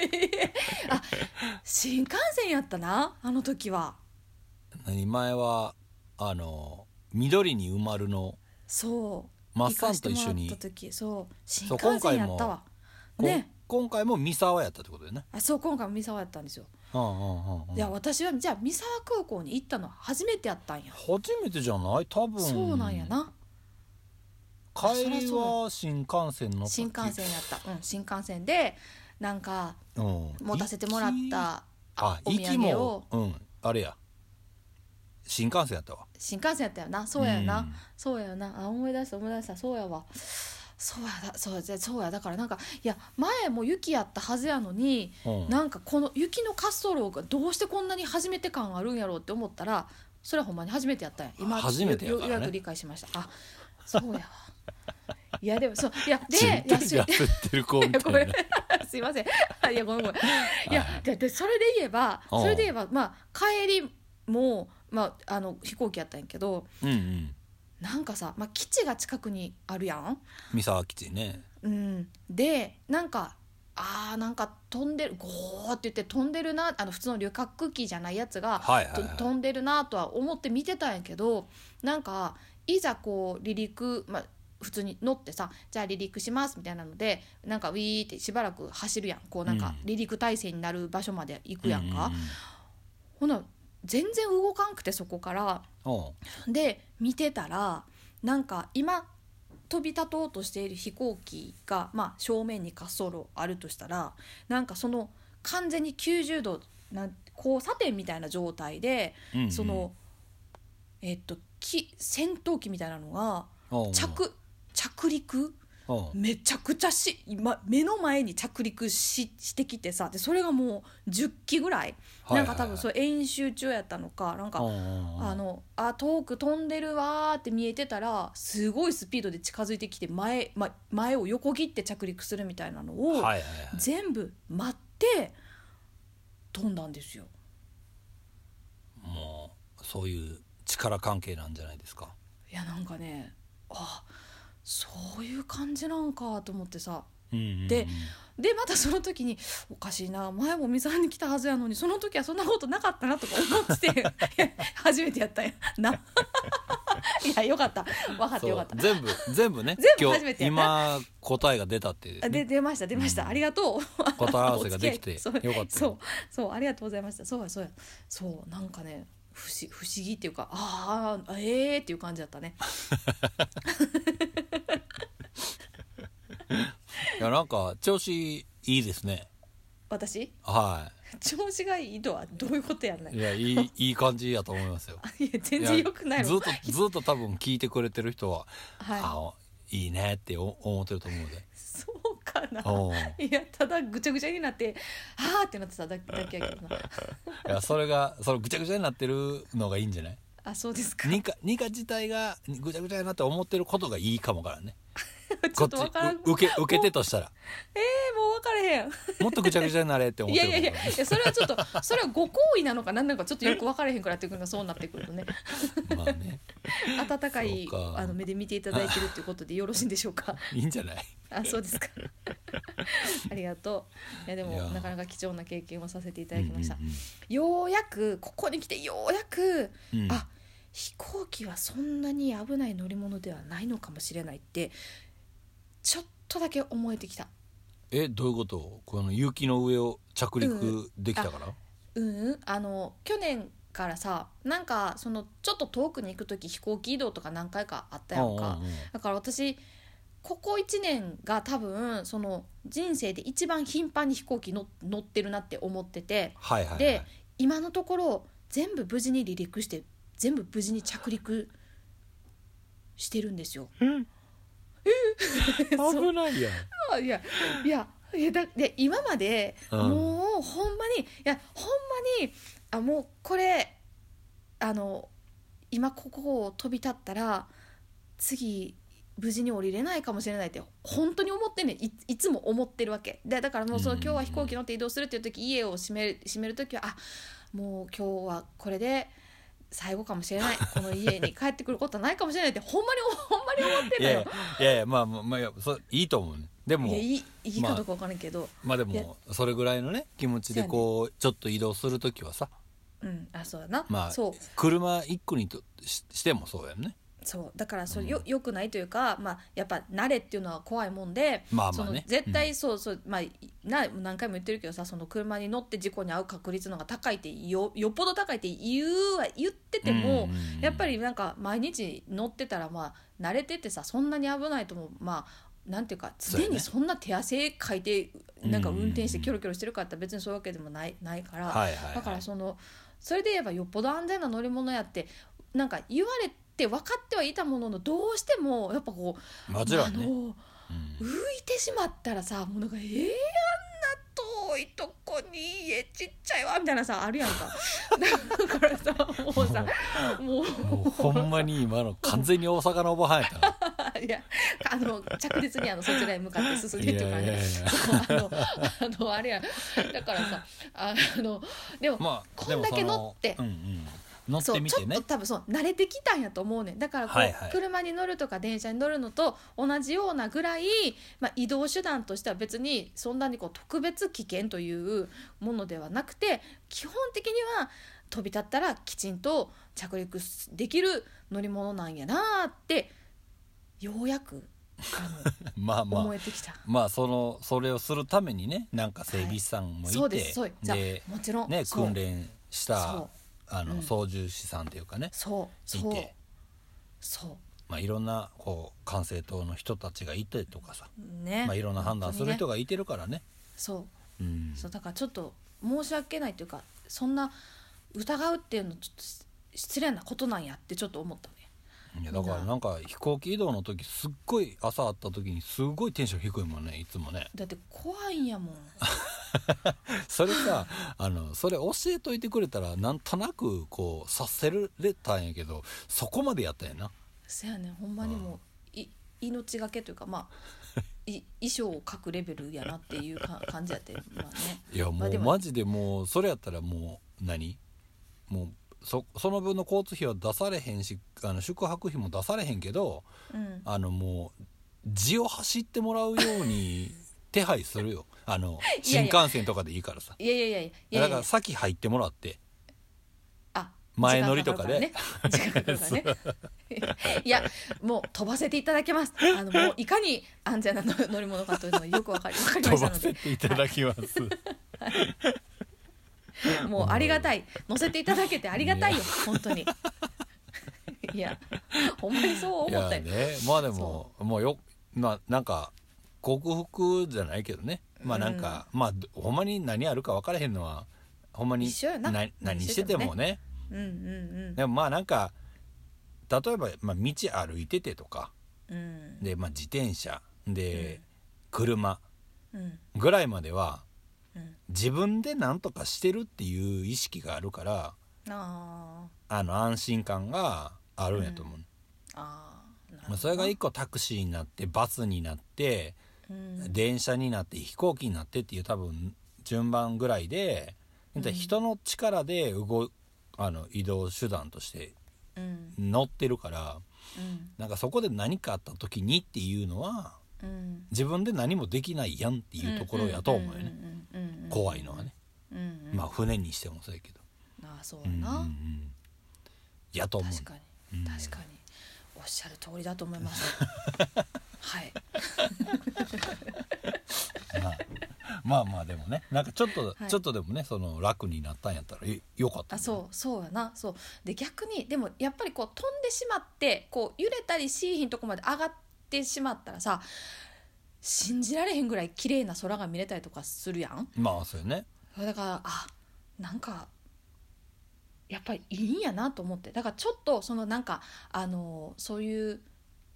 Speaker 2: 新幹線やったなあの時は
Speaker 1: 何前はあの緑に埋まるの
Speaker 2: そう
Speaker 1: マッサンと一緒
Speaker 2: 行
Speaker 1: に
Speaker 2: かせてもらった時そう新
Speaker 1: そう
Speaker 2: 幹線やったわ
Speaker 1: こん
Speaker 2: ね
Speaker 1: 今回も三沢やったってことだよね
Speaker 2: あそう今回も三沢やったんですよ、
Speaker 1: うんうんうんうん
Speaker 2: いや私はじゃあ三沢空港に行ったのは初めてやったんや、
Speaker 1: 初めてじゃない多分
Speaker 2: そうなんやな
Speaker 1: 帰りは新幹線の
Speaker 2: 新幹線やった、うん、新幹線でなんか
Speaker 1: うん
Speaker 2: 持たせてもらっ
Speaker 1: 行き
Speaker 2: た
Speaker 1: あ
Speaker 2: お土
Speaker 1: 行き
Speaker 2: 産
Speaker 1: も
Speaker 2: を
Speaker 1: うんあれや新幹線やったわ
Speaker 2: 新幹線やったよなそうやよな、
Speaker 1: うん
Speaker 2: そうやよなあ思い出した思い出したそうやわそうやだそうやそうやだからなんかいや前も雪やったはずやのに
Speaker 1: うん
Speaker 2: なんかこの雪の滑走路がどうしてこんなに初めて感あるんやろうって思ったらそれはほんまに初めてやったんや今
Speaker 1: 初めてやからね
Speaker 2: よようやく理解しましたあそうやわ いやでもそういやで
Speaker 1: 自分
Speaker 2: いや
Speaker 1: でやってる子み た
Speaker 2: ごめ
Speaker 1: い
Speaker 2: ん
Speaker 1: な
Speaker 2: すいませんあいやごめんごめんいや
Speaker 1: はい
Speaker 2: ででそれで言えば
Speaker 1: うん
Speaker 2: それで言えばまあ帰りも、まあ、あの飛行機やったんやけど
Speaker 1: うんうん
Speaker 2: なんかさ、まあ、基地が近くにあるやん、
Speaker 1: 三沢基地ね
Speaker 2: うん、でなんかあーなんか飛んでるゴーって言って飛んでるなあの普通の旅客機じゃないやつが、
Speaker 1: はいはい
Speaker 2: と
Speaker 1: はい
Speaker 2: 飛んでるなとは思って見てたんやけどなんかいざこう離陸、まあ、普通に乗ってさじゃあ離陸しますみたいなのでなんかウィーってしばらく走るやんこうなん
Speaker 1: うん
Speaker 2: か離陸体制になる場所まで行くやんか、
Speaker 1: う
Speaker 2: ほな全然動かんくてそこから
Speaker 1: うんうん
Speaker 2: で見てたらなんか今飛び立とうとしている飛行機が、まあ、正面に滑走路あるとしたらなんかその完全に90度なん交差点みたいな状態で、
Speaker 1: うんうん
Speaker 2: そのえっとき戦闘機みたいなのが
Speaker 1: うんうん
Speaker 2: 着着陸
Speaker 1: うん
Speaker 2: めちゃくちゃし、ま、目の前に着陸ししてきてさでそれがもう10機ぐらい、
Speaker 1: はいはいはい
Speaker 2: なんか多分それ演習中やったのかなんか
Speaker 1: うんうんうん
Speaker 2: あのあ遠く飛んでるわーって見えてたらすごいスピードで近づいてきて前,、ま、前を横切って着陸するみたいなのを
Speaker 1: はいはいはい
Speaker 2: 全部待って飛んだんですよ。
Speaker 1: もうそういう力関係なんじゃないですか
Speaker 2: いやなんかねあそういう感じなんかと思ってさ
Speaker 1: うんうんうん
Speaker 2: ででまたその時におかしいな前も水沢に来たはずやのにその時はそんなことなかったなとか思ってて 初めてやったんやな。いやよかった分かった
Speaker 1: そ
Speaker 2: よ
Speaker 1: う
Speaker 2: かった。
Speaker 1: 全部全部ね
Speaker 2: 全部
Speaker 1: 今
Speaker 2: 初めて
Speaker 1: 日
Speaker 2: や
Speaker 1: 今答えが出たっていう
Speaker 2: あで出ました出ました、
Speaker 1: うん
Speaker 2: ありがとう
Speaker 1: 答え合わせができて
Speaker 2: お付き合い
Speaker 1: よかった
Speaker 2: そうそうそうありがとうございましたそうやそうやそうなんかね不思不思議っていうかあーあええー、っていう感じだったね
Speaker 1: いやなんか調子いいですね
Speaker 2: 私
Speaker 1: は
Speaker 2: 調子がいいとはどういうことやんない
Speaker 1: い
Speaker 2: い
Speaker 1: いやいいいい感じやと思いますよ
Speaker 2: や全然よくない
Speaker 1: ずっ
Speaker 2: の
Speaker 1: とずっと多分聞いてくれてる人は、
Speaker 2: はい
Speaker 1: あいいねってお思ってると思うので
Speaker 2: そうかな
Speaker 1: おう
Speaker 2: いやただぐちゃぐちゃになってあーってなってただだけやけどない
Speaker 1: やそれがそのぐちゃぐちゃになってるのがいいんじゃ ない
Speaker 2: あそうですか
Speaker 1: ニカニカ自体がぐちゃぐちゃになって思ってることがいいかもからね
Speaker 2: ちょっとわからんえー、
Speaker 1: こっちう受け受けてとしたら
Speaker 2: もう分からへん
Speaker 1: もっとぐちゃぐちゃになれって思っ
Speaker 2: い
Speaker 1: て
Speaker 2: や
Speaker 1: る
Speaker 2: い
Speaker 1: か
Speaker 2: や
Speaker 1: もから
Speaker 2: いやい
Speaker 1: ね
Speaker 2: やそれはちょっとそれはご好意なのか何なのかちょっとよく分からへんくなってくるのそうなってくるとね
Speaker 1: まあね
Speaker 2: 温かい
Speaker 1: そうか
Speaker 2: あの目で見ていただいてるということでよろしいんでしょう か
Speaker 1: いいんじゃない
Speaker 2: あそうですかありがとういやでも
Speaker 1: いや
Speaker 2: なかなか貴重な経験をさせていただきました、
Speaker 1: うんうん
Speaker 2: ようやくここに来てようやく、
Speaker 1: うんうん
Speaker 2: あ飛行機はそんなに危ない乗り物ではないのかもしれないってちょっとだけ思えてきた
Speaker 1: えどういうことこの雪の上を着陸できたから、
Speaker 2: うんうんあの去年からさなんかそのちょっと遠くに行く時飛行機移動とか何回かあったやんか、
Speaker 1: うんうんうん
Speaker 2: だから私ここ1年が多分その人生で一番頻繁に飛行機の乗ってるなって思ってて
Speaker 1: はいはい、はい、
Speaker 2: で今のところ全部無事に離陸して全部無事に着陸してるんですよ。 そ
Speaker 1: 危ないやん
Speaker 2: ういやいやいやだで今まで
Speaker 1: うん
Speaker 2: もうほんまにいやほんまにあもうこれあの今ここを飛び立ったら次無事に降りれないかもしれないって本当に思ってんねんいいつも思ってるわけでだからもうその
Speaker 1: うん
Speaker 2: 今日は飛行機乗って移動するっていう時家を閉める閉める時はあもう今日はこれで最後かも しれないこの家に帰ってくることはないかもしれないってほんまにほんまに思って
Speaker 1: い
Speaker 2: んの
Speaker 1: やい
Speaker 2: よ
Speaker 1: や。いやいやまあまあ、まあいや、そいいと思うねでも
Speaker 2: いやいいいいかどうかわからんけど、
Speaker 1: まあで
Speaker 2: いや
Speaker 1: もそれぐらいのね気持ちでこうちょっと移動する時はさ
Speaker 2: うんあそうだな、
Speaker 1: まあ
Speaker 2: そう
Speaker 1: 車一個にとししてもそうやんね
Speaker 2: そうだからそれ
Speaker 1: うん
Speaker 2: よ,、よくないというか、まあ、やっぱ慣れっていうのは怖いもんで、
Speaker 1: まあ
Speaker 2: そ
Speaker 1: まあ
Speaker 2: の
Speaker 1: ね
Speaker 2: 絶
Speaker 1: う
Speaker 2: 対
Speaker 1: ん
Speaker 2: そうそう、まあ、な何回も言ってるけどさその車に乗って事故に遭う確率の方が高いってよよっぽど高いって言うは言ってても、
Speaker 1: うんうんうん
Speaker 2: やっぱりなんか毎日乗ってたらまあ慣れててさそんなに危ないともまあなんていうか
Speaker 1: そうや
Speaker 2: 常
Speaker 1: ね
Speaker 2: にそんな手汗かいてなんか
Speaker 1: うんうんうん
Speaker 2: 運転してキョロキョロしてるかって別にそういうわけでもないないから、
Speaker 1: はいはい、はい、
Speaker 2: だからそのそれで言えばよっぽど安全な乗り物やってなんか言われて分かってはいたもののどうしてもやっぱこう
Speaker 1: もちろん
Speaker 2: あ
Speaker 1: ね、
Speaker 2: の
Speaker 1: うん
Speaker 2: 浮いてしまったらさもうなんかえー、あんな遠いとこに家ちっちゃいわみたいなさあるやん かだからさもうさもう
Speaker 1: もうほんまに今の完全に大阪のおばはんやった な
Speaker 2: いやあの着実にあのそちらへ向かって進ん
Speaker 1: い
Speaker 2: で
Speaker 1: や
Speaker 2: いっ
Speaker 1: い
Speaker 2: て
Speaker 1: や
Speaker 2: 感
Speaker 1: い
Speaker 2: じ
Speaker 1: やいや
Speaker 2: あのあのあれやだからさあのでも
Speaker 1: まあ
Speaker 2: こんだけ
Speaker 1: でもその
Speaker 2: 乗って
Speaker 1: うんうん、乗ってみてね
Speaker 2: そうちょっと多分そう慣れてきたんやと思うねんだからこう、
Speaker 1: はいはい
Speaker 2: 車に乗るとか電車に乗るのと同じようなぐらい、まあ、移動手段としては別にそんなにこう特別危険というものではなくて基本的には飛び立ったらきちんと着陸できる乗り物なんやなーってようやくあ
Speaker 1: まあ
Speaker 2: の、思
Speaker 1: まあ
Speaker 2: えてきた。
Speaker 1: まあそのそれをするためにねなんか整備士さんもいて、
Speaker 2: そうですそうじゃあ
Speaker 1: で
Speaker 2: もちろん
Speaker 1: ね
Speaker 2: そう
Speaker 1: 訓練し
Speaker 2: そう
Speaker 1: たあの、
Speaker 2: うん
Speaker 1: 操縦士さんというかね
Speaker 2: そう
Speaker 1: い
Speaker 2: そう
Speaker 1: て
Speaker 2: そ
Speaker 1: まあ、いろんなこう管制塔の人たちがいてとかさ、
Speaker 2: うね、
Speaker 1: まあ、いろんな判断する
Speaker 2: 本当
Speaker 1: 人
Speaker 2: にね
Speaker 1: がいてるからね。
Speaker 2: そ
Speaker 1: う
Speaker 2: う
Speaker 1: ん、
Speaker 2: そうだからちょっと申し訳ないというかそんな疑うっていうのちょっとし失礼なことなんやってちょっと思ったね
Speaker 1: いやだからなんか飛行機移動の時すっごい朝会った時にすっごいテンション低いもんねいつもね
Speaker 2: だって怖いんやもん
Speaker 1: それ さあのそれ教えといてくれたらなんとなくこうさせられたんやけどそこまでやったんやな
Speaker 2: せやねんほんまにもうい命がけというかま あい衣装を書くレベルやなっていうか感じやってまあね
Speaker 1: いや
Speaker 2: ま
Speaker 1: も
Speaker 2: あで
Speaker 1: う
Speaker 2: も
Speaker 1: マジでもうそれやったらもう何もうそその分の交通費は出されへんしあの宿泊費も出されへんけど
Speaker 2: うん
Speaker 1: あのもう地を走ってもらうように手配するよ あの
Speaker 2: いや
Speaker 1: 新
Speaker 2: いや
Speaker 1: 幹線とかでいいからさ
Speaker 2: いやいやいやいや
Speaker 1: だ
Speaker 2: い
Speaker 1: か
Speaker 2: や
Speaker 1: ら先入ってもらって
Speaker 2: あ
Speaker 1: 前乗りとかで
Speaker 2: 時間かかるからね時間かかるからねいやもう飛ばせていただけますあのもういかに安全な乗乗り物かというのがよくわかりわかり
Speaker 1: 飛
Speaker 2: ました
Speaker 1: ば
Speaker 2: の
Speaker 1: せ
Speaker 2: で
Speaker 1: ていただきます
Speaker 2: もうありがたい乗せていただけてありがたいよ本当に いやほんまにそう
Speaker 1: い
Speaker 2: 思
Speaker 1: や
Speaker 2: ったよ、
Speaker 1: ねまあでももうよななんか克服じゃないけどねまあなんか、まあどほんまに何あるか分からへんのはほんまに
Speaker 2: 一緒やな
Speaker 1: 何しててもね
Speaker 2: うんうん
Speaker 1: でもまあなんか例えば、まあ、道歩いててとか
Speaker 2: うんうん
Speaker 1: で、まあ、自転車で、車
Speaker 2: うん
Speaker 1: ぐらいまでは
Speaker 2: うん
Speaker 1: 自分で何とかしてるっていう意識があるから
Speaker 2: あ
Speaker 1: あの安心感があるんやと思う、
Speaker 2: ーあーなるほど
Speaker 1: まあ、それが一個タクシーになってバスになって
Speaker 2: うん
Speaker 1: 電車になって飛行機になってっていう多分順番ぐらいで人の力で動いあの移動手段として
Speaker 2: うん
Speaker 1: 乗ってるから
Speaker 2: うん
Speaker 1: なんかそこで何かあった時にっていうのは
Speaker 2: うん
Speaker 1: 自分で何もできないやんっていうところやと思うよね
Speaker 2: うんうんうんうん
Speaker 1: 怖いのはね
Speaker 2: うんうん
Speaker 1: まあ船にしてもそうやけど
Speaker 2: ああそう
Speaker 1: う
Speaker 2: や
Speaker 1: んうんう
Speaker 2: な、
Speaker 1: んやと思う
Speaker 2: 確か
Speaker 1: うん
Speaker 2: に確かにおっしゃる通りだと思います はい
Speaker 1: まあまあまあでもねなんかちょっと
Speaker 2: はい
Speaker 1: ちょっとでもねその楽になったんやったらえよかった
Speaker 2: あ
Speaker 1: ね
Speaker 2: そうそうやなそうで逆にでもやっぱりこう飛んでしまってこう揺れたりしーひんとこまで上がってしまったらさ信じられへんぐらい綺麗な空が見れたりとかするやん
Speaker 1: まあそうよね
Speaker 2: だからあなんかやっぱりいいんやなと思ってだからちょっとそのなんかあのそういう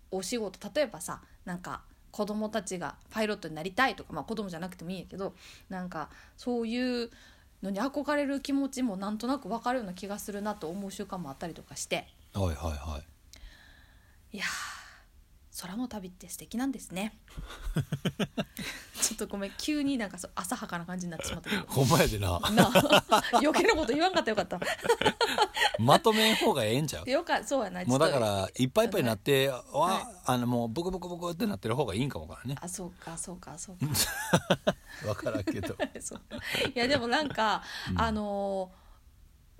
Speaker 2: お仕事例えばさなんか子供たちがパイロットになりたいとか、まあ、子供じゃなくてもいいんやけどなんかそういうのに憧れる気持ちもなんとなく分かるような気がするなと思う瞬間もあったりとかして
Speaker 1: はいはいはい
Speaker 2: いやー空の旅って素敵なんですねちょっとごめん急になんかそう浅はかな感じになってしまったけど
Speaker 1: ほんまやでな
Speaker 2: な あ余計なこと言わんかったよかった
Speaker 1: まとめん方がええんちゃう
Speaker 2: よかそうやな
Speaker 1: もうだか
Speaker 2: ちょっ
Speaker 1: らいっぱいいっぱいになってわ、あのもうブクブクブクってなってる方がいいんかもわからんね
Speaker 2: とあそうかそうかそうか
Speaker 1: わからんけど
Speaker 2: そういやでもなんか、 あのー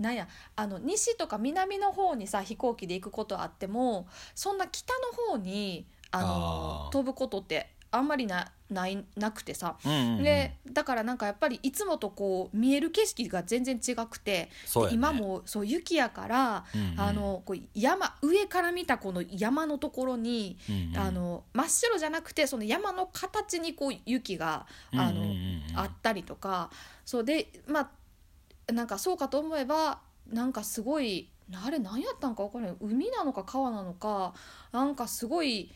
Speaker 2: なんやあの西とか南の方にさ飛行機で行くことあってもそんな北の方にあのー
Speaker 1: あー
Speaker 2: 飛ぶことってあんまりなないなくてさ、
Speaker 1: うんうんうん
Speaker 2: でだからなんかやっぱりいつもとこう見える景色が全然違くて、
Speaker 1: そうやね
Speaker 2: 今もそう雪やから、
Speaker 1: うんうん
Speaker 2: あのこう山上から見たこの山のところに、
Speaker 1: うんうん
Speaker 2: あの真っ白じゃなくてその山の形にこう雪があの、
Speaker 1: うんうんうんうん
Speaker 2: あったりとかそうでまあなんかそうかと思えばなんかすごいあれ何やったんか分からない海なのか川なのかなんかすごい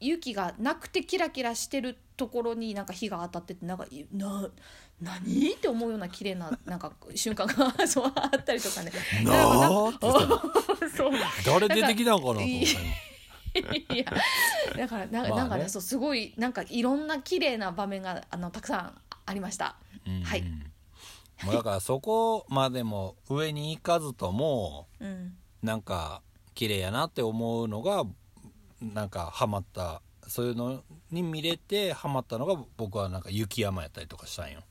Speaker 2: 雪がなくてキラキラしてるところになんか火が当たっててなんかいな何って思うような綺麗ななんか瞬間が そうあったりとかね。
Speaker 1: なあって言ったの
Speaker 2: そう
Speaker 1: 誰出てきたのかなと思った
Speaker 2: いい
Speaker 1: 今
Speaker 2: いやだからなんか,、
Speaker 1: まあね
Speaker 2: なんかねそうすごいなんかいろんな綺麗な場面があのたくさんありました。
Speaker 1: うんうん
Speaker 2: はい
Speaker 1: もうだからそこまでも上に行かずとも
Speaker 2: うん、
Speaker 1: なんか綺麗やなって思うのがなんかハマったそういうのに見れてハマったのが僕はなんか雪山やったりとかしたんよ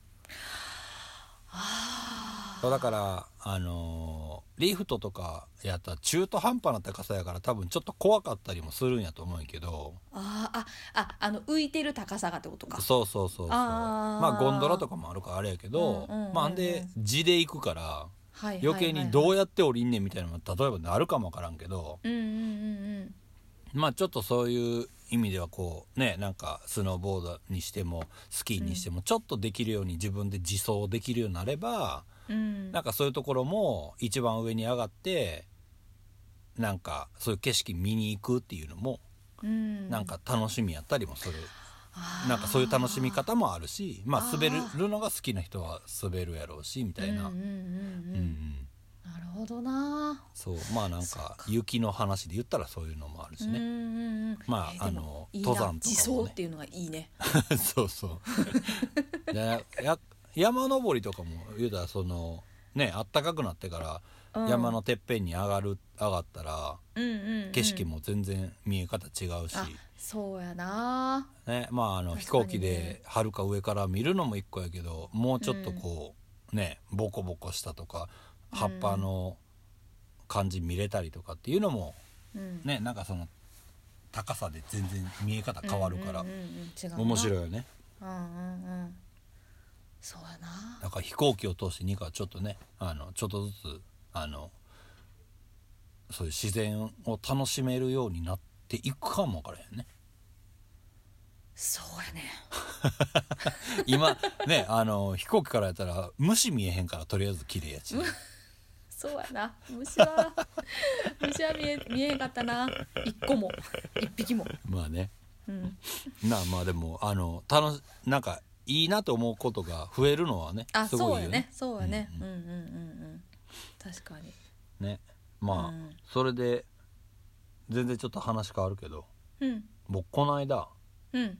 Speaker 1: そうだからあのーリフトとかやったら中途半端な高さやから多分ちょっと怖かったりもするんやと思うんやけど
Speaker 2: あーあああの浮いてる高さがってことか。
Speaker 1: そうそうそうそう
Speaker 2: あー
Speaker 1: まあゴンドラとかもあるからあれやけど、
Speaker 2: うんうんうんうん
Speaker 1: まああんで地で行くから
Speaker 2: はい
Speaker 1: 余計に
Speaker 2: う
Speaker 1: どうやって降りんねんみたいなのも例えばなるかもわからんけど
Speaker 2: うんうんうん
Speaker 1: まあちょっとそういう意味ではこうねなんかスノーボードにしてもスキーにしてもちょっとできるように自分で自走できるようになれば、
Speaker 2: うんうん
Speaker 1: なんかそういうところも一番上に上がってなんかそういう景色見に行くっていうのも
Speaker 2: うん
Speaker 1: なんか楽しみやったりもする、なんかそういう楽しみ方もあるしまあ滑るのが好きな人は滑るやろうしみたいな、う
Speaker 2: うんうんうん
Speaker 1: ん
Speaker 2: う
Speaker 1: うんん
Speaker 2: なるほどな、
Speaker 1: そうまあなんか雪の話で言ったらそういうのもあるし
Speaker 2: うんう
Speaker 1: ね、
Speaker 2: んうん
Speaker 1: まあ
Speaker 2: えーで
Speaker 1: あ
Speaker 2: も
Speaker 1: の
Speaker 2: いいな
Speaker 1: 登山とかもね
Speaker 2: 自走っていうのがいいね
Speaker 1: そうそうでや山登りとかも言うたらそのねあったかくなってから、
Speaker 2: うん
Speaker 1: 山のてっぺんに上がる上がったら
Speaker 2: うんうん、うん、
Speaker 1: 景色も全然見え方違うし、
Speaker 2: あそうやな
Speaker 1: ねまああの
Speaker 2: 確か
Speaker 1: 飛行
Speaker 2: にね
Speaker 1: 機ではるか上から見るのも一個やけどもうちょっとこう、ねボコボコしたとか
Speaker 2: うん
Speaker 1: 葉っぱの感じ見れたりとかっていうのも
Speaker 2: うん
Speaker 1: ねなんかその高さで全然見え方変わるから
Speaker 2: うんうんうんうん違うな
Speaker 1: 面白い
Speaker 2: うん
Speaker 1: よね
Speaker 2: うんうんそうやな
Speaker 1: だから飛行機を通して2回ちょっとねあのちょっとずつあのそういう自然を楽しめるようになっていくかもわからへんね。
Speaker 2: そうやね
Speaker 1: 今ねあの飛行機からやったら虫見えへんからとりあえず綺麗やし
Speaker 2: そうやな虫は虫は見え見えへんかったな一個も一匹も
Speaker 1: まあね
Speaker 2: うん
Speaker 1: なあまあでもあの楽しなんかいいなと思うことが増えるのはね
Speaker 2: あ、
Speaker 1: す
Speaker 2: そ
Speaker 1: ごい
Speaker 2: うや
Speaker 1: よ
Speaker 2: ね
Speaker 1: ね。
Speaker 2: そうやね。うんうんうんうん。確かに。
Speaker 1: ねまあ、
Speaker 2: うん
Speaker 1: それで全然ちょっと話変わるけど
Speaker 2: うん
Speaker 1: 僕この間
Speaker 2: うん。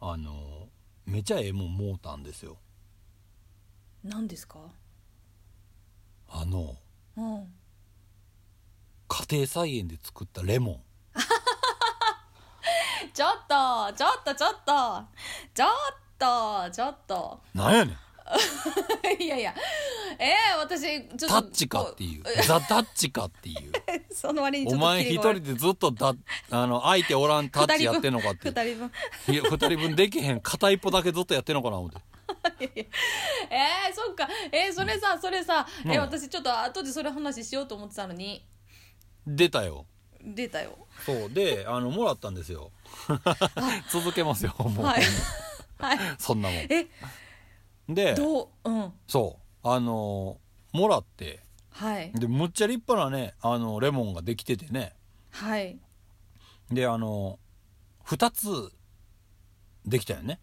Speaker 1: あのめちゃええもんもうたんですよ。
Speaker 2: 何ですか？
Speaker 1: あの
Speaker 2: うん。
Speaker 1: 家庭菜園で作ったレモン
Speaker 2: ちょっとちょっとちょっとちょっとちょっと。
Speaker 1: なんやねん
Speaker 2: いやいや。えー、私ちょっと
Speaker 1: タッチかっていうザ・タッチか っていう。
Speaker 2: その割に
Speaker 1: お
Speaker 2: ちょっと
Speaker 1: 前
Speaker 2: キレ
Speaker 1: 一
Speaker 2: が悪
Speaker 1: 人
Speaker 2: い
Speaker 1: でずっとだあの相手おらんタッチやってんのかって
Speaker 2: 二人分。
Speaker 1: いや二人分できへん片一歩だけずっとやってんのかな思って
Speaker 2: えー、そっか。えー、それさそれさ。
Speaker 1: う
Speaker 2: え
Speaker 1: ん
Speaker 2: ー、私ちょっと後でそれ話しようと思ってたのに
Speaker 1: 出たよ
Speaker 2: 出たよ。
Speaker 1: そうであのもらったんですよ 続けますよもう、
Speaker 2: はいはい。
Speaker 1: そんなも
Speaker 2: え
Speaker 1: んで
Speaker 2: どううん
Speaker 1: そうあのーもらって
Speaker 2: はい
Speaker 1: でむっちゃ立派なねあのレモンができててね
Speaker 2: はい。
Speaker 1: であの2つできたよね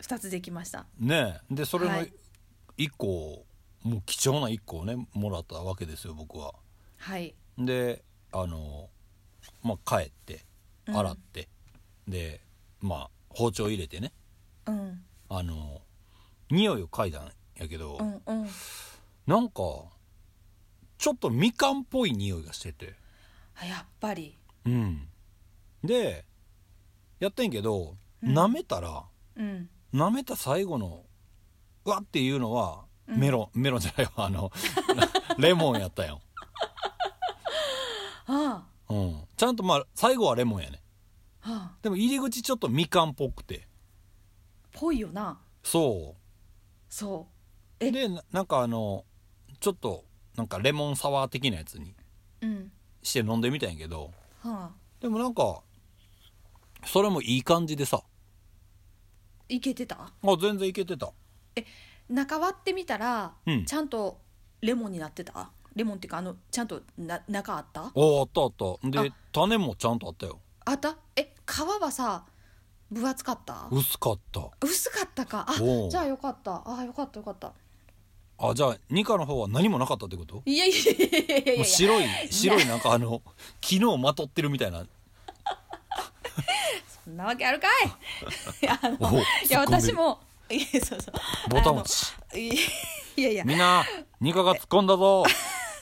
Speaker 2: 二つできました。
Speaker 1: ねえでそれの
Speaker 2: はい
Speaker 1: 1個をもう貴重な1個をねもらったわけですよ僕は。
Speaker 2: はい
Speaker 1: であのまあ帰って
Speaker 2: うん
Speaker 1: 洗って、でまあ包丁入れてね
Speaker 2: うん
Speaker 1: あの匂いを嗅いだんやけど、
Speaker 2: うんうん
Speaker 1: なんかちょっとみかんっぽい匂いがしてて
Speaker 2: あやっぱり
Speaker 1: うんでやってんけど、
Speaker 2: うん
Speaker 1: 舐めたら
Speaker 2: うん
Speaker 1: 舐めた最後のうわっていうのは
Speaker 2: うん
Speaker 1: メロン、メロンじゃないわあの レモンやったよ、
Speaker 2: あ
Speaker 1: うん、ちゃんとまあ最後はレモンやね
Speaker 2: あああ
Speaker 1: でも入り口ちょっとみかんっぽくて
Speaker 2: ぽいよな
Speaker 1: そ
Speaker 2: そうえ
Speaker 1: でななんかあのちょっとなんかレモンサワー的なやつに
Speaker 2: ううん
Speaker 1: して飲んでみたんやけど
Speaker 2: はあ
Speaker 1: でもなんかそれもいい感じでさ
Speaker 2: いけてた
Speaker 1: あ全然いけてた
Speaker 2: 中割ってみたら、
Speaker 1: うん
Speaker 2: ちゃんとレモンになってたレモンっていうかあのちゃんとな中あった
Speaker 1: おあったあったで
Speaker 2: あ
Speaker 1: 種もちゃんとあったよ
Speaker 2: あったえ皮はさ分厚かった
Speaker 1: 薄かった
Speaker 2: 薄かったかあ
Speaker 1: おう
Speaker 2: じゃあよかったあよかったよかった
Speaker 1: あじゃあニカの方は何もなかったってこと
Speaker 2: いやいやいやいやいやい
Speaker 1: も
Speaker 2: や
Speaker 1: う白い白いなんかあの 昨日まとってるみたいな
Speaker 2: そんなわけあるかいい やあの
Speaker 1: おう
Speaker 2: いや
Speaker 1: 突っ込んでる
Speaker 2: 私もいやそうそう
Speaker 1: ボタン持ち
Speaker 2: あのいいやいや
Speaker 1: みんなニカが突っ込んだぞ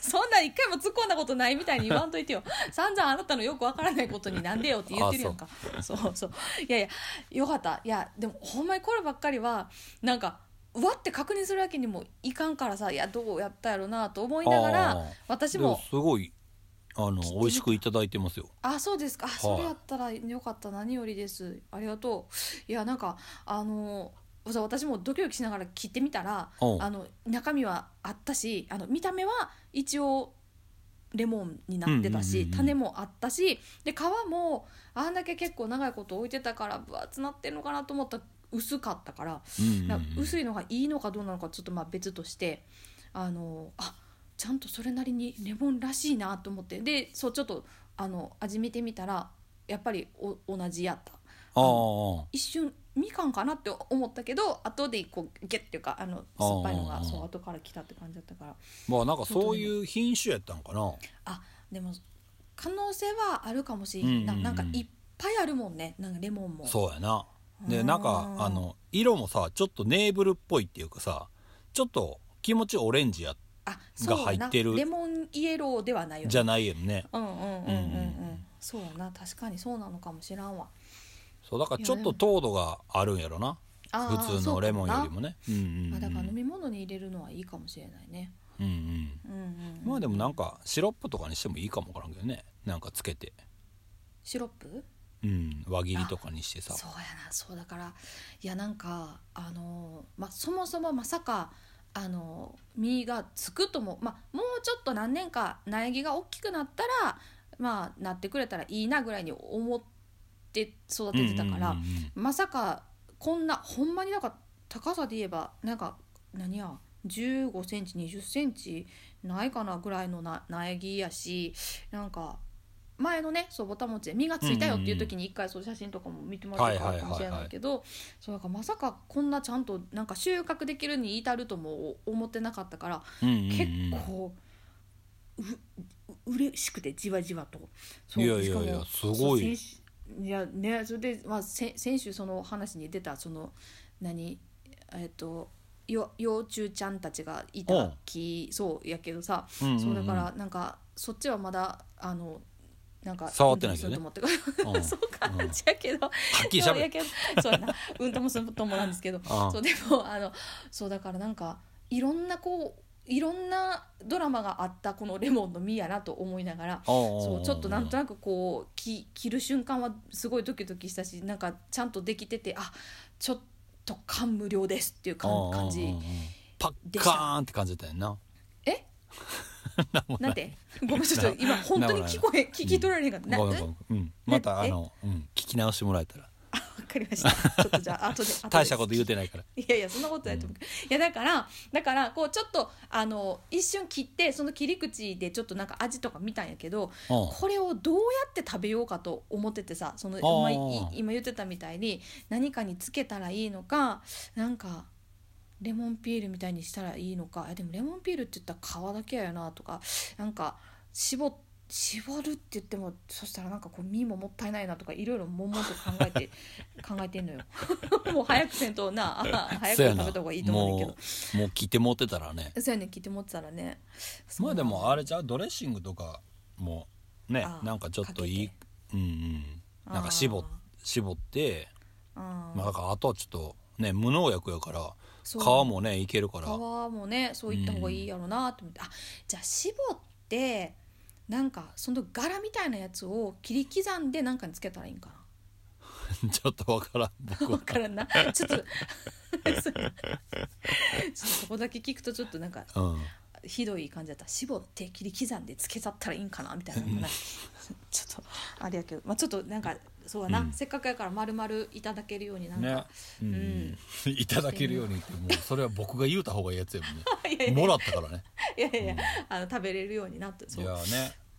Speaker 2: そんなん一回も突っ込んだことないみたいに言わんといてよ散々あなたのよくわからないことになんでよって言ってるやんかそうそういやいやよかったいやでもほんまにこればっかりはなんかうわって確認するわけにもいかんからさいやどうやったやろなと思いなが
Speaker 1: あー
Speaker 2: ら私
Speaker 1: でも
Speaker 2: も
Speaker 1: すごいあの美味しくいただいてますよ
Speaker 2: あそうですかあ
Speaker 1: い
Speaker 2: それやったらよかった何よりですありがとういやなんかあのそう私もドキドキしながら切ってみたら
Speaker 1: うん
Speaker 2: あの中身はあったしあの見た目は一応レモンになってた
Speaker 1: う
Speaker 2: し、
Speaker 1: んうんうんうん
Speaker 2: 種もあったしで皮もあんだけ結構長いこと置いてたから分厚なってんのかなと思ったら薄かったから
Speaker 1: うんうんう
Speaker 2: なんんか薄いのがいいのかどうなのかちょっとまあ別としてあのあちゃんとそれなりにレモンらしいなと思ってでそうちょっとあの味見てみたらやっぱりお同じやった
Speaker 1: あーあー
Speaker 2: 一瞬みかんかなって思ったけど後でこうゲッっていうかあの
Speaker 1: あー
Speaker 2: 酸っぱいのが
Speaker 1: あー
Speaker 2: そう後から来たって感じだったから
Speaker 1: まあなんかそういう品種やったんかな
Speaker 2: あでも可能性はあるかもしれない、
Speaker 1: うんうんうん
Speaker 2: ななんかいっぱいあるもんねなんかレモンも
Speaker 1: そうやな
Speaker 2: う
Speaker 1: で
Speaker 2: ん
Speaker 1: なんかあの色もさちょっとネーブルっぽいっていうかさちょっと気持ちオレンジや
Speaker 2: あそうやな
Speaker 1: が入ってる
Speaker 2: レモンイエローではないよね
Speaker 1: じゃないよね
Speaker 2: うんうんうんうん
Speaker 1: う
Speaker 2: う
Speaker 1: ん
Speaker 2: ん、
Speaker 1: うん
Speaker 2: そうやな確かにそうなのかもしらんわ
Speaker 1: そうだからちょっと糖度があるんやろな
Speaker 2: あー
Speaker 1: 普通のレモンよりもねうん
Speaker 2: そうかもなあだから
Speaker 1: う
Speaker 2: 飲
Speaker 1: ん
Speaker 2: み物に入れるのはいいかもしれないね
Speaker 1: うんうん
Speaker 2: うんうん、うん、
Speaker 1: まあでもなんかシロップとかにしてもいいかもわからんけどねなんかつけて、
Speaker 2: シロップ
Speaker 1: うん、輪切りとかにしてさ
Speaker 2: そうやなそうだからいやなんかあのーまあそもそもまさかあのー実がつくともまあもうちょっと何年か苗木が大きくなったらまあなってくれたらいいなぐらいに思って育ててたから、
Speaker 1: うんうんうん
Speaker 2: まさかこんなほんまになんか高さで言えばなんか何や1 5センチ2 0センチないかなぐらいのな苗木やしなんか前のねそうボタン持ちで実がついたよっていう時に一回そう写真とかも見てもらってたかもしれないけどそうだからまさかこんなちゃんとなんか収穫できるに至るとも思ってなかったから
Speaker 1: うんうんうん
Speaker 2: 結構うう嬉しくてじわじわとそう
Speaker 1: いやいやい
Speaker 2: しかも
Speaker 1: やすごい
Speaker 2: そう先週いやねそれで、まあ、せ先週その話に出たその何えっとよ幼虫ちゃんたちがいた木そうやけどさ、
Speaker 1: うんうんうん
Speaker 2: そうだからなんかそっちはまだあのなんか
Speaker 1: 触ってないけどね
Speaker 2: うんともすると思って
Speaker 1: うん
Speaker 2: そう感じやけど、
Speaker 1: はっきりしゃべ
Speaker 2: そうやけどそうやなうんともするともなんですけど
Speaker 1: ああ
Speaker 2: そうでもあのそうだからなんかいろんなこういろんなドラマがあったこのレモンの実やなと思いながらそうちょっとなんと
Speaker 1: な
Speaker 2: なくこうき切る瞬間はすごいドキドキしたしなんかちゃんとできててあちょっと感無量ですっていう感感じ
Speaker 1: パッカーンって感じだったよな
Speaker 2: えな んてごめんちょっと今本当に聞こえ聞き取られへんかったな
Speaker 1: ごめん
Speaker 2: え
Speaker 1: ご
Speaker 2: わ
Speaker 1: めんうんまたあの、うん、聞き直してもらえたら
Speaker 2: かりましたちょっとじゃあ後で後で
Speaker 1: 大したこと言うてないから
Speaker 2: いやいやそんなことないと思う、いやだからだからこうちょっとあの一瞬切ってその切り口でちょっとなんか味とか見たんやけど
Speaker 1: うん
Speaker 2: これをどうやって食べようかと思っててさその
Speaker 1: ー
Speaker 2: 今今言ってたみたいに何かにつけたらいいのかなんかレモンピールみたいにしたらいいのかあでもレモンピールって言ったら皮だけやよなとかなんか絞絞るって言ってもそしたらなんかこう身ももったいないなとかいろいろもんもんと考 えて考えてんのよ もう早くせんとなあ早く
Speaker 1: そや
Speaker 2: 食
Speaker 1: な
Speaker 2: べた方がいいと思うんだけ
Speaker 1: もうもう聞いてもってたらね
Speaker 2: どそうやね聞いてもってたらね
Speaker 1: まあでもあれじゃうドレッシングとかもね
Speaker 2: あー
Speaker 1: なんかちょっといい
Speaker 2: か
Speaker 1: うんうんなんか絞っ絞って
Speaker 2: あー、
Speaker 1: まあだからあとはちょっとね無農薬やから皮
Speaker 2: そう
Speaker 1: もねいけるから
Speaker 2: 皮もねそういった方がいいやろうなと思って、あじゃあ絞ってなんかその柄みたいなやつを切り刻んでなんかにつけたらいい んか
Speaker 1: ちょっとわからん
Speaker 2: な
Speaker 1: 僕
Speaker 2: 分
Speaker 1: は
Speaker 2: からんなちょっと ちょっとそこだけ聞くとちょっとなんか
Speaker 1: うん
Speaker 2: ひどい感じだった絞って切り刻んでつけちゃったらいいんかなみたいなのがな ちょっとあれやけど、まあ、ちょっとなんかそうやな、
Speaker 1: うん
Speaker 2: せっかくやから丸々いただけるようになんか、
Speaker 1: ねうん いただけるようにってもうそれは僕が言うた方がいいやつやもんね
Speaker 2: いやいや
Speaker 1: もらったからね
Speaker 2: いやいやいや、あの食べれるようになって
Speaker 1: い
Speaker 2: そう
Speaker 1: やね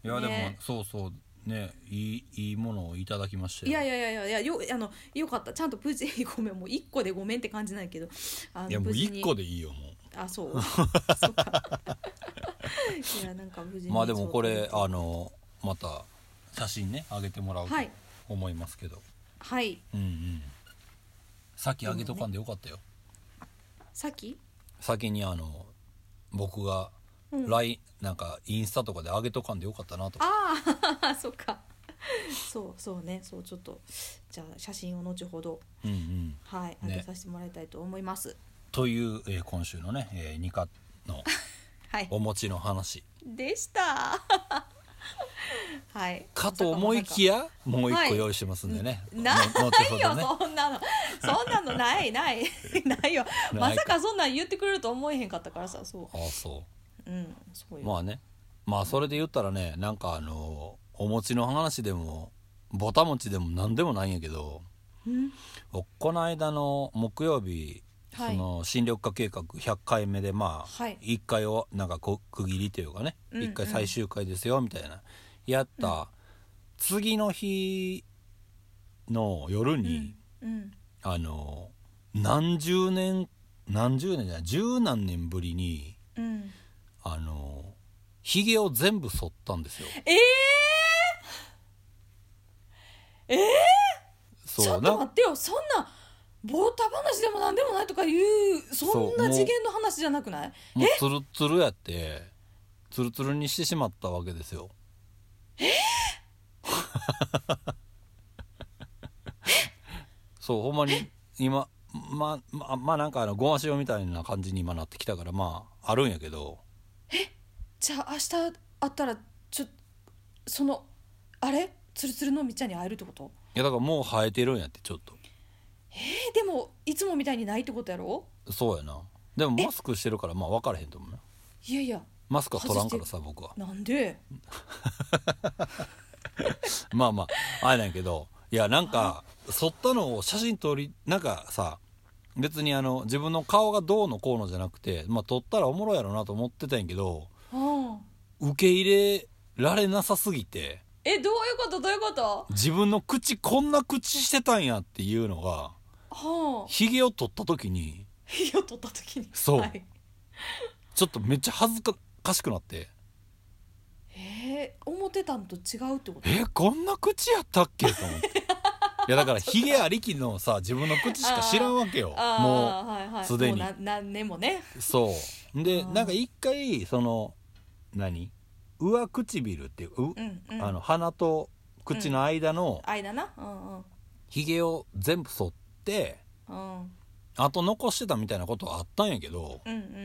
Speaker 1: いやでも
Speaker 2: ね
Speaker 1: そうそうねいいいいものをいただきましたよ
Speaker 2: いやいやいやいやいやよあのよかったちゃんと無事 にごめんもう1個でごめんって感じないけどあの
Speaker 1: いやもう
Speaker 2: 無事に
Speaker 1: 一個でいいよも
Speaker 2: あそう そうかいやなんか無事
Speaker 1: う
Speaker 2: に
Speaker 1: まあでもこ
Speaker 2: そ
Speaker 1: れ
Speaker 2: う
Speaker 1: あのまた写真ねあげてもらうと
Speaker 2: はい
Speaker 1: 思いますけど、
Speaker 2: はい
Speaker 1: うんうんさっきあげとかんでよかったよ、
Speaker 2: さっき
Speaker 1: 先にあの僕が
Speaker 2: うん
Speaker 1: LINE、なんかインスタとかであげとかんでよかったなと
Speaker 2: ああ そっかそうそうねそうちょっとじゃあ写真を後ほど
Speaker 1: うんうん
Speaker 2: はいあ
Speaker 1: ね
Speaker 2: げさせてもらいたいと思います、
Speaker 1: という、えー今週のね、えー、ニカの
Speaker 2: はい
Speaker 1: お餅の話
Speaker 2: でした はい
Speaker 1: かと思いきやもう一
Speaker 2: はい
Speaker 1: 個用意してますんでね、
Speaker 2: な
Speaker 1: の後ほ
Speaker 2: いよ、
Speaker 1: どね
Speaker 2: そんなのそんなのないない ないよまさかそんなん言ってくれると思えへんかったからさそ
Speaker 1: あそう
Speaker 2: うんそう
Speaker 1: う
Speaker 2: よ、
Speaker 1: まあねまあそれで言ったらねなんかあのお餅の話でもぼた餅でも何でもないんやけど
Speaker 2: うん
Speaker 1: 僕この間の木曜日、
Speaker 2: はい
Speaker 1: その新緑化計画100回目でまあ、
Speaker 2: はい
Speaker 1: 1回をなんかこう区切りというかね、
Speaker 2: うんうん
Speaker 1: 1回最終回ですよみたいなやった、次の日の夜に、
Speaker 2: うん
Speaker 1: あの何十年何十年じゃない十何年ぶりに
Speaker 2: うん
Speaker 1: あのひげを全部剃ったんですよ。
Speaker 2: ええ
Speaker 1: そ
Speaker 2: ー、ちょっと待ってよそんなボタ話でもなんでもないとかいうそん
Speaker 1: そうも
Speaker 2: な
Speaker 1: う
Speaker 2: 次元の話じゃなくない
Speaker 1: もうツルツルやってツルツルにしてしまったわけですよ そうほんまに今まあまあまあなんかあのごま塩みたいな感じに今なってきたからまああるんやけど
Speaker 2: じゃあ明日会ったらちょそのあれツルツルのみっちゃんに会えるってこと
Speaker 1: いやだからもう生えてるんやってちょっと
Speaker 2: えでもいつもみたいにないってことやろ
Speaker 1: そうやなでもマスクしてるからまあ分からへんと思うない
Speaker 2: やいや
Speaker 1: マスクは取らんからさ僕は
Speaker 2: なんで
Speaker 1: まあまああれなんやけどいやなんか剃ったのを写真撮りなんかさ別にあの自分の顔がどうのこうのじゃなくて、まあ、撮ったらおもろいやろなと思ってたんやけど
Speaker 2: うん
Speaker 1: 受け入れられなさすぎて
Speaker 2: えどういうことどういうこと
Speaker 1: 自分の口こんな口してたんやっていうのが
Speaker 2: はあ
Speaker 1: ひげを取った時に
Speaker 2: 火を取った時に
Speaker 1: そう
Speaker 2: はい、
Speaker 1: ちょっとめっちゃ恥ずかしくなって
Speaker 2: えー、思ってたんと違うってこと
Speaker 1: えこんな口やったっけと思っていやだからひげありきのさ自分の口しか知らんわけよ
Speaker 2: あ
Speaker 1: もう
Speaker 2: あはいはい
Speaker 1: すでに
Speaker 2: もうな何年もね
Speaker 1: そうで
Speaker 2: あー
Speaker 1: なんか一回その何上唇っていう、う
Speaker 2: うんうん
Speaker 1: あの鼻と口の間の
Speaker 2: 間なうんうん
Speaker 1: ひげを全部剃って
Speaker 2: うん
Speaker 1: あと残してたみたいなことはあったんやけど
Speaker 2: うんうんうんう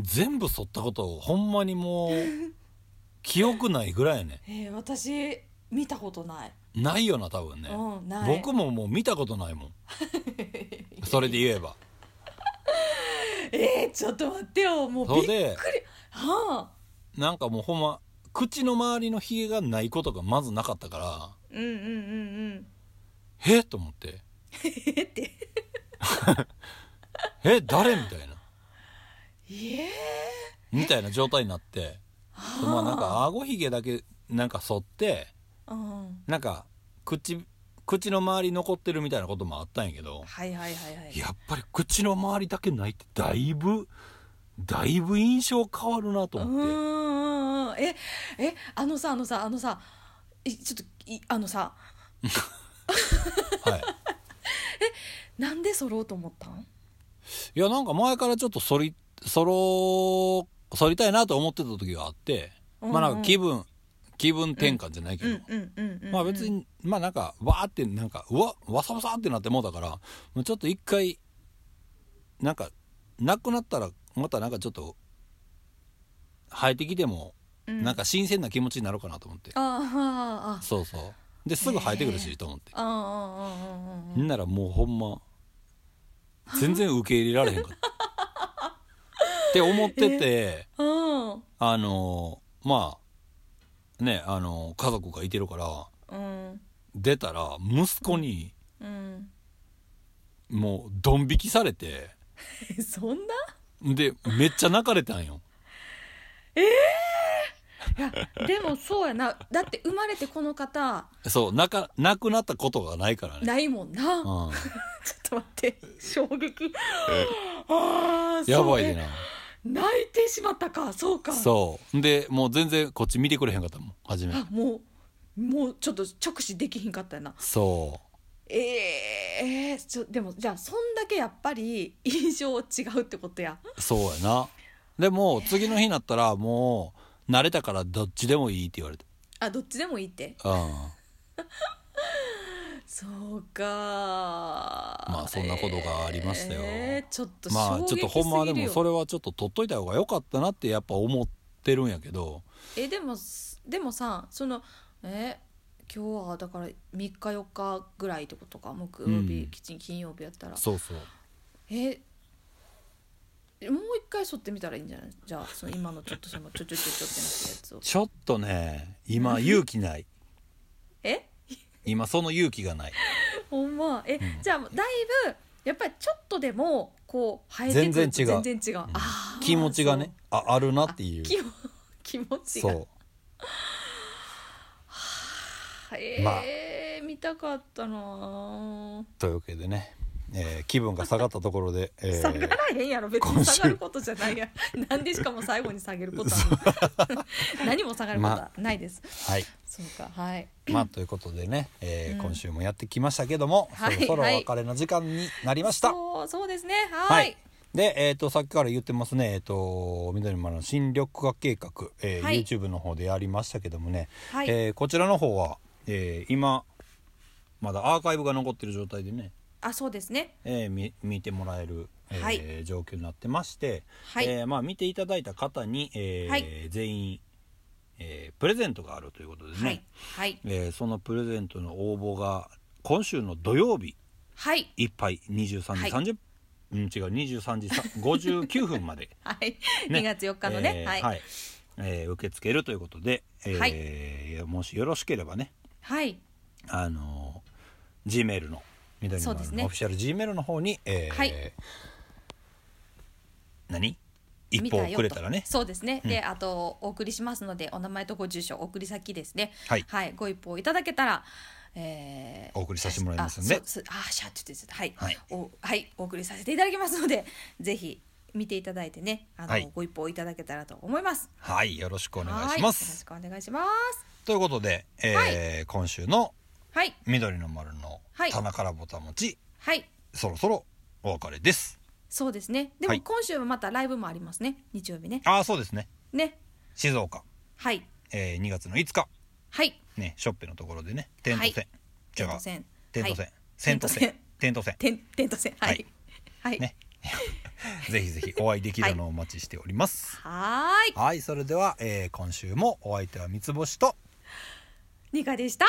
Speaker 2: ん
Speaker 1: 全部剃ったことをほんまにもう 記憶ないぐらいやね
Speaker 2: えー、私見たことない、
Speaker 1: ないよな多分ね、
Speaker 2: うんない
Speaker 1: 僕ももう見たことないもんそれで言えば
Speaker 2: えー、ちょっと待ってよもう
Speaker 1: そ
Speaker 2: び
Speaker 1: う
Speaker 2: っく
Speaker 1: で
Speaker 2: りはあ
Speaker 1: なんかもうほんま口の周りのひげがないことがまずなかったから
Speaker 2: うんうんうんうん
Speaker 1: えっと思って
Speaker 2: えーって
Speaker 1: え誰みたいな
Speaker 2: ええ
Speaker 1: みたいな状態になってまあなんか顎ひげだけなんか剃って
Speaker 2: うん
Speaker 1: なんか口口の周り残ってるみたいなこともあったんやけど
Speaker 2: はいはいはいはい
Speaker 1: やっぱり口の周りだけないってだいぶだいぶ印象変わるなと
Speaker 2: うん
Speaker 1: 思って、
Speaker 2: うんうんええあのさあのさあのさいちょっといあのさ
Speaker 1: はい、
Speaker 2: なんで揃おうと思ったん
Speaker 1: いやなんか前からちょっとそりそろそりたいなと思ってた時があって、
Speaker 2: うんうん
Speaker 1: まあなんか気分気分転換じゃないけ
Speaker 2: う
Speaker 1: ど、
Speaker 2: んうんうんうん
Speaker 1: まあ別にまあなんかわーってなんかうわわさわさってなってもうだからもうちょっと一回なんかなくなったらまたなんかちょっと生えてきても
Speaker 2: うん
Speaker 1: なんか新鮮な気持ちになるかなと思って、
Speaker 2: あー
Speaker 1: そうそうですぐ生えてくるしと思って
Speaker 2: あー、あーあーあーあーあーあー
Speaker 1: んならもうほん ま全然受け入れられへんかったって思 ってて、
Speaker 2: うん
Speaker 1: あのまあねあの家族がいてるから
Speaker 2: うん
Speaker 1: 出たら息子に
Speaker 2: うん
Speaker 1: もうドン引きされて
Speaker 2: えそんな
Speaker 1: でめっちゃ泣かれたんよ
Speaker 2: いやでもそうやなだって生まれてこの方
Speaker 1: そう泣か亡くなったことがないからね、
Speaker 2: ないもんな、
Speaker 1: う
Speaker 2: ちょっ
Speaker 1: ん、
Speaker 2: と待って衝撃ああ
Speaker 1: やばいでな
Speaker 2: 泣いてしまったかそうか
Speaker 1: そうでもう全然こっち見てくれへんかったもん初め
Speaker 2: あもうもうちょっと直視できひんかったよな
Speaker 1: そ
Speaker 2: えー、ちょでもじゃあそんだけやっぱり印象違うってことや
Speaker 1: うそうやなでも次の日になったらもう慣れたからどっちでもいいって言われて
Speaker 2: あどっちでもいいって
Speaker 1: うん
Speaker 2: そうか
Speaker 1: まあそんなことがありましたよ
Speaker 2: えー、ちょっと
Speaker 1: まあ
Speaker 2: 衝撃
Speaker 1: ち
Speaker 2: す
Speaker 1: ょっ
Speaker 2: ぎるよ、
Speaker 1: とほんまでもそれはちょっと取っといた方が良かったなってやっぱ思ってるんやけど
Speaker 2: えでもすでもさそのえ今日はだから3日4日ぐらいってことか木曜
Speaker 1: う
Speaker 2: 日、
Speaker 1: ん
Speaker 2: きちん、金曜日やったら
Speaker 1: そうそう
Speaker 2: えもう一回剃ってみたらいいんじゃないじゃあその今のちょっとそのちょちょちょちょってなったやつを
Speaker 1: ちょっとね 今勇気ない
Speaker 2: え
Speaker 1: 今その勇気がない
Speaker 2: ほんまえ、
Speaker 1: ん
Speaker 2: じゃあもうだいぶやっぱりちょっとでもこう生えてくると
Speaker 1: 全然違う
Speaker 2: 全然違う、あー
Speaker 1: 気持ちがねああるなってい
Speaker 2: そうう気も 気持ちが
Speaker 1: そ
Speaker 2: えー
Speaker 1: まあ
Speaker 2: 見たかったなぁ
Speaker 1: うというわけでね、えー気分が下がったところで、えー
Speaker 2: 下がらへんやろ別に
Speaker 1: 今週
Speaker 2: 下がることじゃないや なんでしかも最後に下げることあ る何も下がることはないです、
Speaker 1: はい
Speaker 2: そうかはい
Speaker 1: まあということでね、えー今週もやってきましたけども、
Speaker 2: はい
Speaker 1: そろそろお別れの時間になりました。
Speaker 2: そうそうですねは
Speaker 1: はいい。で、えっ、と、さっきから言ってますね、えっ、と、緑丸の新緑化計画、えー
Speaker 2: はい
Speaker 1: YouTube の方でやりましたけどもね、
Speaker 2: はい
Speaker 1: えーこちらの方は、えー今、まだアーカイブが残ってる状態でね、
Speaker 2: あそうですね
Speaker 1: えーみ見てもらえる、えー
Speaker 2: はい
Speaker 1: 状況になってまして、
Speaker 2: はい
Speaker 1: えーまあ、見ていただいた方に、えー
Speaker 2: はい
Speaker 1: 全員、えープレゼントがあるということですね、
Speaker 2: はいはい
Speaker 1: えーそのプレゼントの応募が今週の土曜日
Speaker 2: はい
Speaker 1: いっぱい23時30、
Speaker 2: は
Speaker 1: うん違う23時59分まで、
Speaker 2: はい、2月4日のね、
Speaker 1: えー
Speaker 2: はい、
Speaker 1: はいえー受け付けるということで、えーもしよろしければね
Speaker 2: はい、
Speaker 1: あのー、Gmail の緑
Speaker 2: そ
Speaker 1: の
Speaker 2: うです
Speaker 1: 丸
Speaker 2: ね
Speaker 1: のオフィシャル Gmail の方に、えー
Speaker 2: はい
Speaker 1: 何
Speaker 2: 見
Speaker 1: 一
Speaker 2: た
Speaker 1: 報
Speaker 2: よと
Speaker 1: くれたらね
Speaker 2: そうですね、であとお送りしますのでお名前とご住所お送り先ですね
Speaker 1: はい
Speaker 2: ご一報いただけたらえー
Speaker 1: お送りさせてもらいますんで
Speaker 2: あそうすあシャッて言ってたはい、
Speaker 1: はい
Speaker 2: おはい、お送りさせていただきますので ぜひ見ていただいてねあの、
Speaker 1: はい
Speaker 2: ご一報いただけたらと思います
Speaker 1: はいよろしくお願い
Speaker 2: は
Speaker 1: し
Speaker 2: い
Speaker 1: ます
Speaker 2: よろしくお願いします
Speaker 1: ということで、えー
Speaker 2: は
Speaker 1: 今週の
Speaker 2: はい
Speaker 1: 緑の丸の
Speaker 2: はい
Speaker 1: 棚からぼたもち
Speaker 2: はい
Speaker 1: そろそろお別れです
Speaker 2: そうですねでも
Speaker 1: はい
Speaker 2: 今週はまたライブもありますね日曜日ね
Speaker 1: ああそうですね
Speaker 2: ね
Speaker 1: 静岡、
Speaker 2: はい
Speaker 1: えー、2月の5日
Speaker 2: はい
Speaker 1: ねショッペのところでねテント戦、違う
Speaker 2: テント戦
Speaker 1: テント戦
Speaker 2: はい
Speaker 1: テント戦テント戦
Speaker 2: テンテント戦はいはい、
Speaker 1: ねぜひぜひお会いできるのをお待ちしております。
Speaker 2: はーい
Speaker 1: はい、それでは、えー今週もお相手は三つ星と、
Speaker 2: ニカでした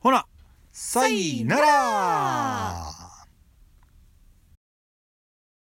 Speaker 1: ほな、さいな
Speaker 2: さい
Speaker 1: ら
Speaker 2: な